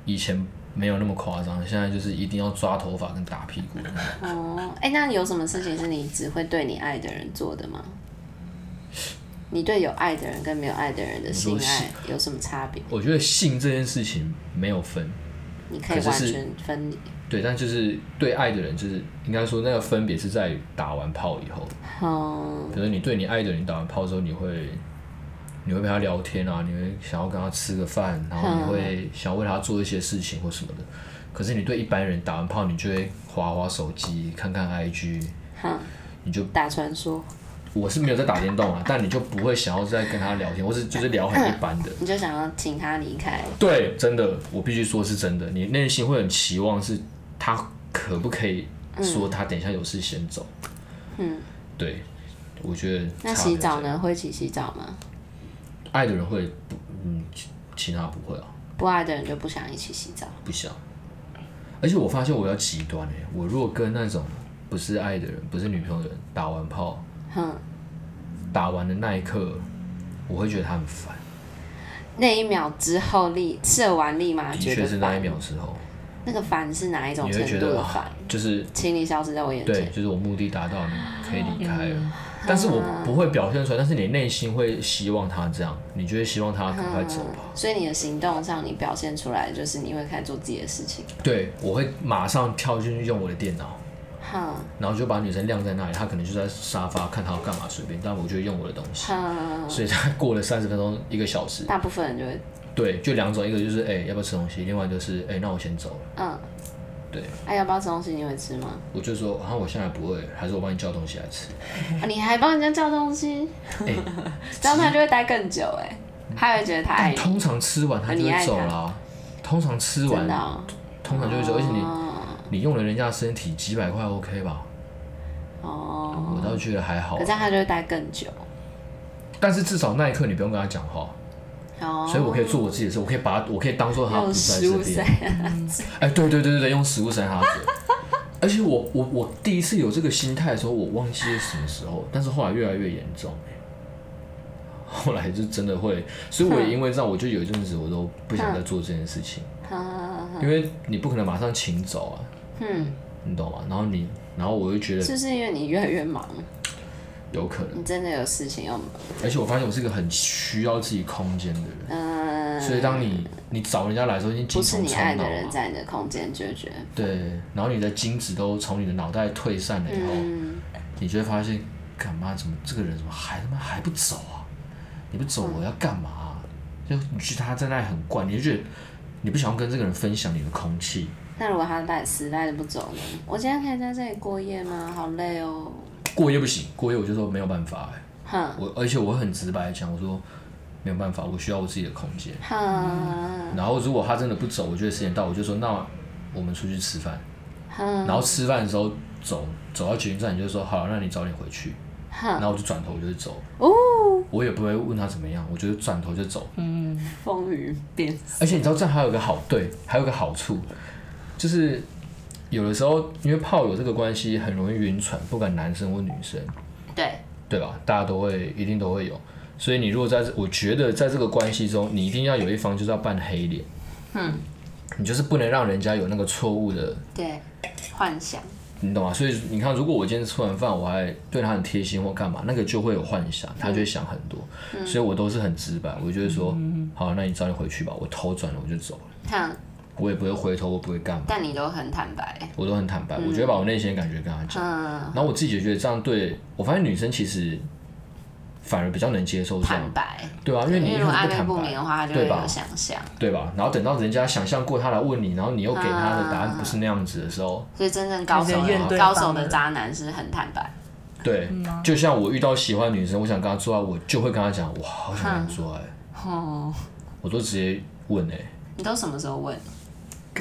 [SPEAKER 1] 以前没有那么夸张，现在就是一定要抓头发跟打屁股。
[SPEAKER 3] 哦，哎，那有什么事情是你只会对你爱的人做的吗？你对有爱的人跟没有爱的人的
[SPEAKER 1] 你说
[SPEAKER 3] 性
[SPEAKER 1] 性
[SPEAKER 3] 爱有什么差别？
[SPEAKER 1] 我觉得性这件事情没有分，
[SPEAKER 3] 你可以
[SPEAKER 1] 可
[SPEAKER 3] 完
[SPEAKER 1] 是是
[SPEAKER 3] 全分离。
[SPEAKER 1] 对，但就是对爱的人，就是应该说那个分别是在于打完炮以后，
[SPEAKER 3] 哦，
[SPEAKER 1] 可是你对你爱的人你打完炮之后，你会你会陪他聊天啊，你会想要跟他吃个饭，然后你会想要为他做一些事情或什么的。可是你对一般人打完炮，你就会划划手机，看看 IG，
[SPEAKER 3] 哼，
[SPEAKER 1] 你就
[SPEAKER 3] 打传说，
[SPEAKER 1] 我是没有在打电动啊，但你就不会想要再跟他聊天，或是就是聊很一般的。
[SPEAKER 3] 你就想要请他离开。
[SPEAKER 1] 对，真的，我必须说是真的。你内心会很期望是他可不可以说他等一下有事先走。嗯，对，我觉得
[SPEAKER 3] 那
[SPEAKER 1] 差别
[SPEAKER 3] 洗
[SPEAKER 1] 在
[SPEAKER 3] 澡呢？会一起洗澡吗？
[SPEAKER 1] 爱的人会不，嗯，其其他不会啊，
[SPEAKER 3] 不爱的人就不想一起洗澡。
[SPEAKER 1] 不想。而且我发现我要极端哎、我如果跟那种不是爱的人，不是女朋友的人打完炮，
[SPEAKER 3] 哼，
[SPEAKER 1] 打完的那一刻，我会觉得他很烦。
[SPEAKER 3] 那一秒之后立射完立马
[SPEAKER 1] 的
[SPEAKER 3] 觉
[SPEAKER 1] 确
[SPEAKER 3] 得
[SPEAKER 1] 是那一
[SPEAKER 3] 烦，
[SPEAKER 1] 秒之后，
[SPEAKER 3] 那个烦是哪一种
[SPEAKER 1] 你
[SPEAKER 3] 程
[SPEAKER 1] 会觉
[SPEAKER 3] 度
[SPEAKER 1] 得
[SPEAKER 3] 的
[SPEAKER 1] 啊
[SPEAKER 3] 烦？
[SPEAKER 1] 就是
[SPEAKER 3] 请你消失在我眼
[SPEAKER 1] 对，
[SPEAKER 3] 前。
[SPEAKER 1] 就是我目的达到了，你可以
[SPEAKER 2] 嗯
[SPEAKER 1] 离开了。
[SPEAKER 3] 嗯
[SPEAKER 1] 但是我不会表现出来，但是你内心会希望他这样，你就会希望他赶快走吧。
[SPEAKER 3] 嗯所以你的行动上，你表现出来的就是你会开始做自己的事情。
[SPEAKER 1] 对，我会马上跳进去用我的电脑，
[SPEAKER 3] 哼
[SPEAKER 1] 然后就把女生晾在那里，她可能就在沙发看她要干嘛随便，但我就用我的东西。
[SPEAKER 3] 哼，
[SPEAKER 1] 所以她过了三十分钟，一个小时，
[SPEAKER 3] 大部分人就会
[SPEAKER 1] 对，就两种，一个就是哎、要不要吃东西，另外就是哎、那我先走了。
[SPEAKER 3] 嗯。
[SPEAKER 1] 对，
[SPEAKER 3] 哎、要不要吃东西？你会吃吗？
[SPEAKER 1] 我就说啊我现在不饿，还是我帮你叫东西来吃。
[SPEAKER 3] 啊、你还帮人家叫东西，
[SPEAKER 1] [LAUGHS] 哎
[SPEAKER 3] 这样他就会待更久哎、他会觉得他
[SPEAKER 1] 但
[SPEAKER 3] 爱你，
[SPEAKER 1] 通常吃完她就
[SPEAKER 3] 啊你爱
[SPEAKER 1] 会
[SPEAKER 3] 她
[SPEAKER 1] 走了啊、通常吃完
[SPEAKER 3] 真的、哦。
[SPEAKER 1] 通常就会走，而且你。
[SPEAKER 3] 哦
[SPEAKER 1] 你用了人家的身体几百块 OK 吧？
[SPEAKER 3] 哦，
[SPEAKER 1] 我倒觉得还好
[SPEAKER 3] 可，这样他就会待更久。
[SPEAKER 1] 但是至少那一刻你不用跟他讲话，
[SPEAKER 3] 哦，
[SPEAKER 1] 所以我可以做我自己的事，我可以把我可以当做他不
[SPEAKER 3] 用
[SPEAKER 1] 在
[SPEAKER 3] 食
[SPEAKER 1] 这
[SPEAKER 3] 物塞
[SPEAKER 1] 边。哎，对对对对对，用食物塞他嘴。而且我我我第一次有这个心态的时候，我忘记是什么时候，但是后来越来越严重、欸后来就真的会，所以我也因为这样，我就有一阵子我都不想再做这件事情，
[SPEAKER 3] 啊，
[SPEAKER 1] 因为你不可能马上请走啊，
[SPEAKER 3] 嗯，
[SPEAKER 1] 你懂吗？然后你，然后我就觉得
[SPEAKER 3] 就是因为你越来越忙，
[SPEAKER 1] 有可能。
[SPEAKER 3] 你真的有事情要忙。
[SPEAKER 1] 而且我发现我是一个很需要自己空间的人，
[SPEAKER 3] 嗯，
[SPEAKER 1] 所以当你你找人家来的时候，已经
[SPEAKER 3] 不
[SPEAKER 1] 精
[SPEAKER 3] 是
[SPEAKER 1] 虫
[SPEAKER 3] 你
[SPEAKER 1] 充
[SPEAKER 3] 爱
[SPEAKER 1] 脑
[SPEAKER 3] 的人
[SPEAKER 1] 了，
[SPEAKER 3] 在你的空间，就会觉得
[SPEAKER 1] 对，然后你的精子都从你的脑袋退散了以后，
[SPEAKER 3] 嗯，
[SPEAKER 1] 你就会发现，干嘛怎么这个人怎么还他妈还不走啊？你不走我要干嘛啊、就你觉得他在那里很怪，你就觉得你不想要跟这个人分享你的空气，
[SPEAKER 3] 那如果他赖死赖着不走呢？我今天可以在这里过夜吗？好累哦。
[SPEAKER 1] 过夜不行，过夜我就说没有办法、欸，
[SPEAKER 3] 哼
[SPEAKER 1] 我而且我很直白地讲，我说没有办法，我需要我自己的空间。
[SPEAKER 3] 哼
[SPEAKER 1] 然后如果他真的不走，我觉得时间到，我就说那我们出去吃饭。
[SPEAKER 3] 哼
[SPEAKER 1] 然后吃饭的时候走走到捷运站，你就说好，那你早点回去。然
[SPEAKER 3] 哼，
[SPEAKER 1] 后我就转头我就走，
[SPEAKER 3] 哦，
[SPEAKER 1] 我也不会问他怎么样，我就转头就走。
[SPEAKER 3] 风云变
[SPEAKER 1] 而且你知道这样还有一个好对，还有一个好处，就是有的时候因为炮友这个关系很容易晕船，不管男生或女生，
[SPEAKER 3] 对，
[SPEAKER 1] 对吧？大家都会一定都会有。所以你如果在这，我觉得在这个关系中，你一定要有一方就是要扮黑脸，嗯，你就是不能让人家有那个错误的
[SPEAKER 3] 对，幻想，
[SPEAKER 1] 你懂吗？所以你看，如果我今天吃完饭，我还对他很贴心或干嘛，那个就会有幻想，他就会想很多。所以我都是很直白，我就会说，好，那你早点回去吧，我头转了我就走了，
[SPEAKER 3] 哼，
[SPEAKER 1] 我也不会回头，我不会干嘛，
[SPEAKER 3] 但你都很坦白，
[SPEAKER 1] 我都很坦白，我就会把我内心的感觉跟他讲。
[SPEAKER 3] 嗯，
[SPEAKER 1] 然后我自己也觉得这样对我发现女生其实反而比较能接受这
[SPEAKER 3] 坦
[SPEAKER 1] 样，
[SPEAKER 3] 白，
[SPEAKER 1] 对啊，因为你
[SPEAKER 3] 因
[SPEAKER 1] 一
[SPEAKER 3] 为
[SPEAKER 1] 开始
[SPEAKER 3] 如果暧
[SPEAKER 1] 不
[SPEAKER 3] 昧
[SPEAKER 1] 坦
[SPEAKER 3] 不明
[SPEAKER 1] 白
[SPEAKER 3] 的，话，他就会
[SPEAKER 1] 对吧
[SPEAKER 3] 有想象，
[SPEAKER 1] 对吧？然后等到人家想象过他来问你，然后你又给他的答案不是那样子的时候，
[SPEAKER 3] 所以真正高手
[SPEAKER 2] 有点怨
[SPEAKER 3] 的
[SPEAKER 2] 对
[SPEAKER 3] 高
[SPEAKER 2] 方
[SPEAKER 3] 手的
[SPEAKER 2] 了
[SPEAKER 3] 渣男是很坦白，
[SPEAKER 1] 对，就像我遇到喜欢的女生，我想跟她做爱，我就会跟她讲，我好想
[SPEAKER 3] 嗯
[SPEAKER 1] 跟你做爱，
[SPEAKER 3] 哦，
[SPEAKER 1] 我都直接问哎、
[SPEAKER 3] 你都什么时候问？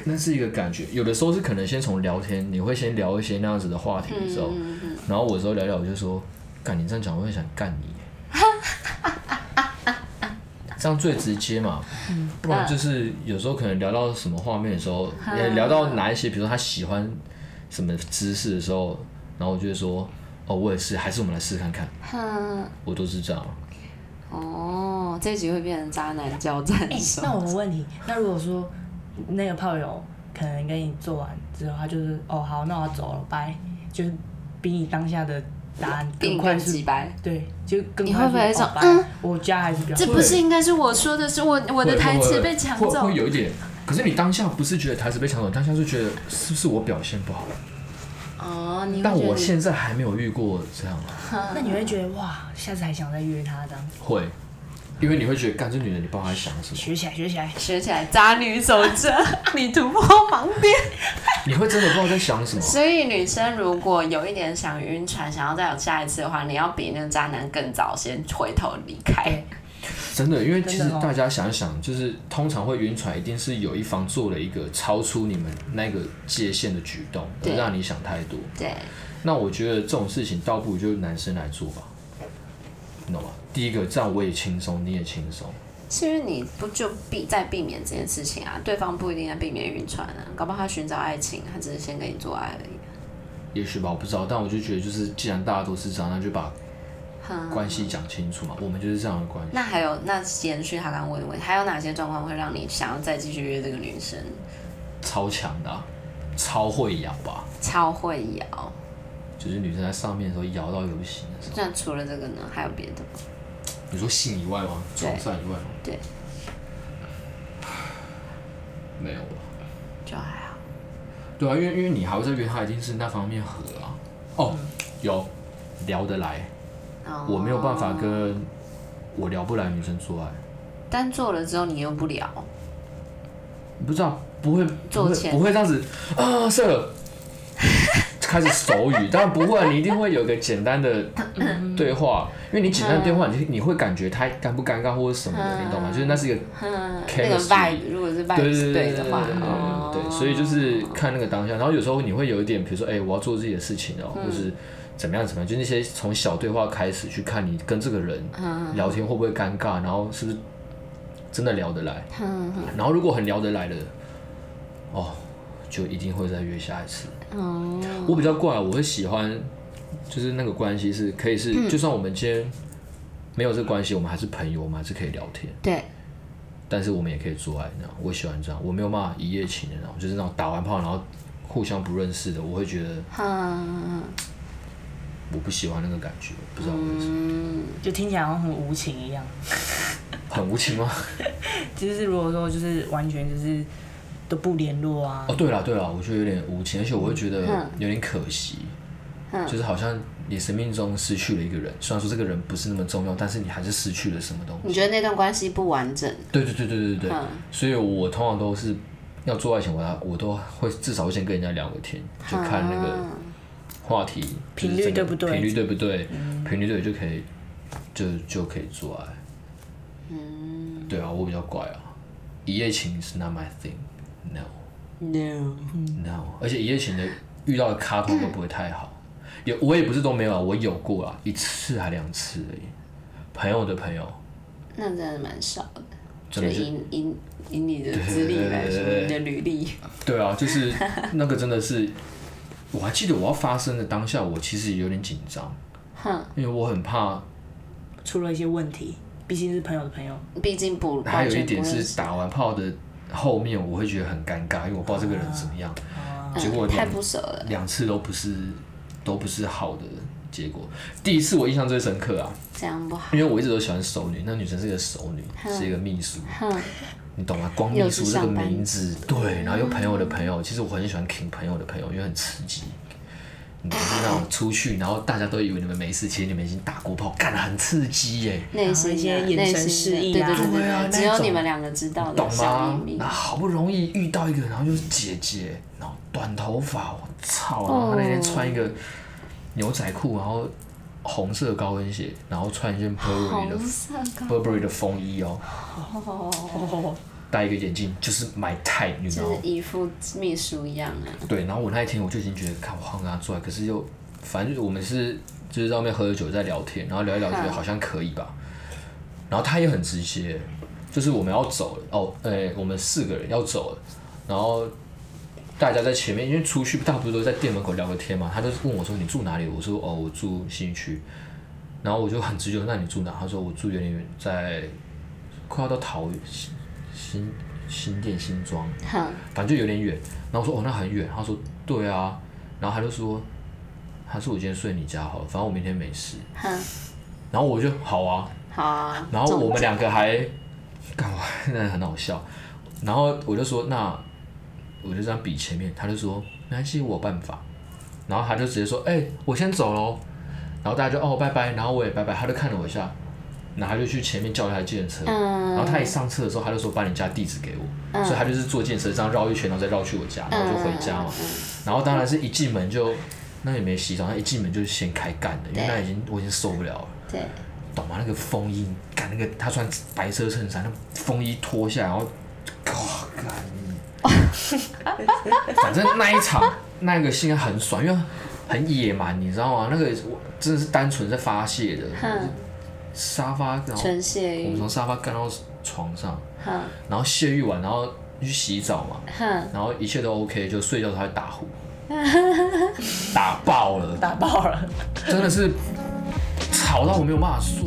[SPEAKER 1] 那是一个感觉，有的时候是可能先从聊天，你会先聊一些那样子的话题的时候，
[SPEAKER 3] 嗯
[SPEAKER 1] 然后我有时候聊聊，我就说，干你这样讲，我很想干你欸，这样最直接嘛，不然就是有时候可能聊到什么画面的时候，
[SPEAKER 3] 嗯
[SPEAKER 1] 也聊到哪一些，比如说他喜欢什么姿势的时候，然后我就会说，哦，我也是，还是我们来试试看看，
[SPEAKER 3] 哼，
[SPEAKER 1] 我都是这样。
[SPEAKER 3] 哦，这集会变成渣男交战
[SPEAKER 2] 哎、
[SPEAKER 3] 手，
[SPEAKER 2] 那我们问你，那如果说那个炮友可能跟你做完之后，他就是哦好，那我走了，拜，就是比你当下的答案
[SPEAKER 3] 比
[SPEAKER 2] 更
[SPEAKER 3] 你
[SPEAKER 2] 快
[SPEAKER 3] 更
[SPEAKER 2] 速
[SPEAKER 3] 几，掰。
[SPEAKER 2] 对，就更
[SPEAKER 3] 你
[SPEAKER 2] 快
[SPEAKER 3] 会不
[SPEAKER 2] 速
[SPEAKER 3] 会有一
[SPEAKER 2] 哦
[SPEAKER 3] 种
[SPEAKER 2] 拜
[SPEAKER 3] 嗯
[SPEAKER 2] 我家还是比较
[SPEAKER 3] 这
[SPEAKER 2] 好
[SPEAKER 3] 不是应该是我说的，是我我的
[SPEAKER 1] 会
[SPEAKER 3] 台
[SPEAKER 1] 会
[SPEAKER 3] 词
[SPEAKER 1] 会
[SPEAKER 3] 被抢
[SPEAKER 1] 会
[SPEAKER 3] 走
[SPEAKER 1] 会。有一点，可是你当下不是觉得台词被抢走，你当下是觉得是不是我表现不好？
[SPEAKER 3] 哦，你会
[SPEAKER 1] 但
[SPEAKER 3] 觉得
[SPEAKER 1] 我
[SPEAKER 3] 你
[SPEAKER 1] 现在还没有遇过这样啊，
[SPEAKER 2] 那你会觉得哇，下次还想再约她这样，
[SPEAKER 1] 会，因为你会觉得，干这女人，你不知道她在想什么，
[SPEAKER 2] 学起来学起来，
[SPEAKER 3] 学起来渣女守则，
[SPEAKER 1] [LAUGHS]
[SPEAKER 3] 你突破盲点。
[SPEAKER 1] 你会真的不知道在想什么。
[SPEAKER 3] 所以女生如果有一点想晕船，想要再有下一次的话，你要比那个渣男更早先回头离开。
[SPEAKER 1] 真的，因为其实
[SPEAKER 2] 真的哦
[SPEAKER 1] 大家想一想，就是通常会晕船，一定是有一方做了一个超出你们那个界限的举动，而
[SPEAKER 3] 对
[SPEAKER 1] 让你想太多。
[SPEAKER 3] 对，
[SPEAKER 1] 那我觉得这种事情倒不如就是男生来做吧，你懂吗？第一个，这样我也轻松，你也轻松。
[SPEAKER 3] 是因为你不就避在避免这件事情啊？对方不一定在避免晕船啊，搞不好他寻找爱情，他只是先跟你做爱而已。
[SPEAKER 1] 也许吧，我不知道，但我就觉得，就是既然大家都是这样，那就把
[SPEAKER 3] 哼，
[SPEAKER 1] 关系讲清楚嘛。我们就是这样的关系。
[SPEAKER 3] 那还有那延续他刚刚问的问题，还有哪些状况会让你想要再继续约这个女生？
[SPEAKER 1] 超强的啊、超会摇吧，
[SPEAKER 3] 超会摇。
[SPEAKER 1] 就是女生在上面的时候摇到不行的时候。
[SPEAKER 3] 那除了这个呢，还有别的吗？
[SPEAKER 1] 你说性以外吗？
[SPEAKER 3] 对
[SPEAKER 1] 床上以外吗？
[SPEAKER 3] 对，
[SPEAKER 1] 没有吧？
[SPEAKER 3] 就还好。
[SPEAKER 1] 对啊，因为因为你还会再约他，一定是那方面合啊。哦，有聊得来，
[SPEAKER 3] 嗯哦
[SPEAKER 1] 我没有办法跟我聊不来的女生做爱，
[SPEAKER 3] 但做了之后你又不聊，
[SPEAKER 1] 不知道不会不
[SPEAKER 3] 做
[SPEAKER 1] 会
[SPEAKER 3] 前
[SPEAKER 1] 不会这样子啊
[SPEAKER 3] [LAUGHS]
[SPEAKER 1] 射了。开始手语，当然不会啊，你一定会有个简单的
[SPEAKER 3] 嗯
[SPEAKER 1] 对话，因为你简单的对话，你你会感觉他尴不尴尬或者什么的，你懂吗？就是那是一个
[SPEAKER 3] 嗯，那
[SPEAKER 1] Chemistry
[SPEAKER 3] 个 vibe 如果是 vibe 是
[SPEAKER 1] 对
[SPEAKER 3] 的话
[SPEAKER 1] 对，对
[SPEAKER 3] 哦
[SPEAKER 1] 对，所以就是看那个当下，然后有时候你会有一点，比如说，哎、我要做自己的事情哦、或
[SPEAKER 3] 嗯
[SPEAKER 1] 是怎么样怎么样，就那些从小对话开始去看你跟这个人
[SPEAKER 3] 嗯
[SPEAKER 1] 聊天会不会尴尬，然后是不是真的聊得来，
[SPEAKER 3] 嗯
[SPEAKER 1] 然后如果很聊得来的，哦，就一定会再约下一次。
[SPEAKER 3] 哦，
[SPEAKER 1] 我比较怪，我会喜欢，就是那个关系是可以是，
[SPEAKER 3] 嗯
[SPEAKER 1] 就算我们今天没有这个关系，我们还是朋友，我们还是可以聊天。
[SPEAKER 3] 对，
[SPEAKER 1] 但是我们也可以做爱那样，我喜欢这样，我没有办法一夜情的那种，就是那种打完炮然后互相不认识的，我会觉得
[SPEAKER 3] 嗯
[SPEAKER 1] 我不喜欢那个感觉，不知道为什么，
[SPEAKER 3] 嗯，
[SPEAKER 2] 就听起来好像很无情一样。
[SPEAKER 1] 很无情吗？
[SPEAKER 2] 就是如果说就是完全就是都不联络啊
[SPEAKER 3] 嗯
[SPEAKER 1] 哦，，对了对了，我觉得有点无情，而且我会觉得有点可惜，
[SPEAKER 3] 嗯
[SPEAKER 1] 就是好像你生命中失去了一个人，虽然说这个人不是那么重要，但是你还是失去了什么东西。
[SPEAKER 3] 你觉得那段关系不完整？
[SPEAKER 1] 对对对对对对，
[SPEAKER 3] 嗯
[SPEAKER 1] 所以我通常都是要做爱前，我要我都会至少会先跟人家聊个天，就看那个话题
[SPEAKER 2] 啊频率
[SPEAKER 1] 就是整
[SPEAKER 2] 对
[SPEAKER 1] 个
[SPEAKER 2] 不对嗯
[SPEAKER 1] 频率对不对，频率对就可以就就可以做爱。嗯，对啊，我比较怪啊，一夜情是 not my thing，no
[SPEAKER 3] No，
[SPEAKER 1] no，而且一夜情的遇到的咖通都不会太
[SPEAKER 2] [LAUGHS]
[SPEAKER 1] 好，有我也不是都没有啊，我有过啊，一次还两次而已，朋友的朋友。
[SPEAKER 3] 那真的蛮少的，
[SPEAKER 1] 真
[SPEAKER 3] 就
[SPEAKER 1] 的是
[SPEAKER 3] 以以以你的资历来
[SPEAKER 1] 对对
[SPEAKER 3] 说，
[SPEAKER 1] 对对
[SPEAKER 3] 你的履历，
[SPEAKER 1] 对啊，就是那个真的是，我还记得我要发生的当下，我其实也有点紧张，
[SPEAKER 3] 哼，
[SPEAKER 1] 因为我很怕，
[SPEAKER 2] 出了一些问题，毕竟是朋友的朋友，
[SPEAKER 3] 毕竟不
[SPEAKER 1] 还
[SPEAKER 3] 完
[SPEAKER 1] 有一
[SPEAKER 3] 全不
[SPEAKER 1] 点
[SPEAKER 3] 认
[SPEAKER 1] 是
[SPEAKER 3] 识，
[SPEAKER 1] 打完炮的后面，我会觉得很尴尬，因为我不知道这个人怎么样，结果
[SPEAKER 3] 嗯太
[SPEAKER 1] 两
[SPEAKER 3] 不舍了。
[SPEAKER 1] 两次都不是都不是好的结果。第一次我印象最深刻啊，
[SPEAKER 3] 这样不好。
[SPEAKER 1] 因为我一直都喜欢熟女，那女生是个熟女，是一个秘书，
[SPEAKER 3] 哼，
[SPEAKER 1] 你懂吗？光秘
[SPEAKER 3] 又
[SPEAKER 1] 书
[SPEAKER 3] 是
[SPEAKER 1] 这个
[SPEAKER 3] 上班嗯
[SPEAKER 1] 名字，对，然后又朋友的朋友，其实我很喜欢 king 朋友的朋友，因为很刺激。你就是那种出去，然后大家都以为你们没事，其实你们已经打过炮，干得很刺激耶，
[SPEAKER 3] 内心
[SPEAKER 2] 一些
[SPEAKER 3] 的
[SPEAKER 2] 眼神
[SPEAKER 3] 内心的
[SPEAKER 2] 示意
[SPEAKER 3] 对
[SPEAKER 2] 啊
[SPEAKER 3] 对对
[SPEAKER 1] 对啊
[SPEAKER 3] 对，只
[SPEAKER 1] 那
[SPEAKER 3] 有
[SPEAKER 1] 种
[SPEAKER 3] 你们两个知道的
[SPEAKER 1] 懂啊
[SPEAKER 3] 小
[SPEAKER 1] 吗
[SPEAKER 3] 秘？密
[SPEAKER 1] 然。后好不容易遇到一个，然后又是姐姐，然后短头发，我操！然
[SPEAKER 3] 哦
[SPEAKER 1] 后她那天穿一个牛仔裤，然后红色高跟鞋，然后穿一件 Burberry 的
[SPEAKER 3] 红色高
[SPEAKER 1] Burberry 的风衣哦，
[SPEAKER 2] 哦，
[SPEAKER 1] 戴一个眼镜，就是 my type，你知道
[SPEAKER 3] 就
[SPEAKER 1] 吗
[SPEAKER 3] 是？一副秘书一样啊。
[SPEAKER 1] 对，然后我那一天我就已经觉得，看我好想跟他做爱，可是又反正就是我们是就是在外面喝着酒在聊天，然后聊一聊觉得好像可以吧，然后他也很直接，就是我们要走了哦，呃、我们四个人要走了，然后大家在前面，因为出去大部分都在店门口聊个天嘛，他就问我说你住哪里，我说哦我住新义区，然后我就很直接那你住哪？他说我住园林园，在快要到桃园新新新店新庄。
[SPEAKER 3] 哼，
[SPEAKER 1] 反正就有点远。然后我说哦，那很远。他说对啊，然后他就说，他说我今天睡你家好了，反正我明天没事。
[SPEAKER 3] 哼
[SPEAKER 1] 然后我就好啊，
[SPEAKER 3] 好啊。
[SPEAKER 1] 然后我
[SPEAKER 3] 中
[SPEAKER 1] 们两个还，干嘛？那很好笑。然后我就说那我就这样比前面，他就说没关系，我有办法。然后他就直接说，哎、我先走喽。然后大家就哦拜拜，然后我也拜拜，他就看了我一下，然后他就去前面叫了台计程车。然后他一上车的时候，他就说把你家地址给我，所以他就是坐计程车这样绕一圈，然后再绕去我家，然后就回家嘛。然后当然是一进门就那也没洗澡，他一进门就先开干的，因为
[SPEAKER 3] 对
[SPEAKER 1] 那已经我已经受不了了。
[SPEAKER 3] 对，
[SPEAKER 1] 懂吗？那个风衣，干那个他穿白色衬衫，那风衣脱下来，然后，哇，干
[SPEAKER 3] [LAUGHS]
[SPEAKER 1] 你反正那一场那个性很爽，因为很野蛮，你知道吗？那个我真的是单纯在发泄的，
[SPEAKER 3] 哼，
[SPEAKER 1] 沙发，然后
[SPEAKER 3] 纯血
[SPEAKER 1] 我们
[SPEAKER 3] 鱼，
[SPEAKER 1] 从沙发干到床上，
[SPEAKER 3] 哼嗯
[SPEAKER 1] 然后泄欲完，然后去洗澡嘛，
[SPEAKER 3] 哼，
[SPEAKER 1] 然后一切都 OK，就睡觉的时候还打呼， [LAUGHS] 打爆
[SPEAKER 3] [LAUGHS]
[SPEAKER 1] 了，
[SPEAKER 2] 打爆了。
[SPEAKER 1] 真的是吵到我没有办法睡。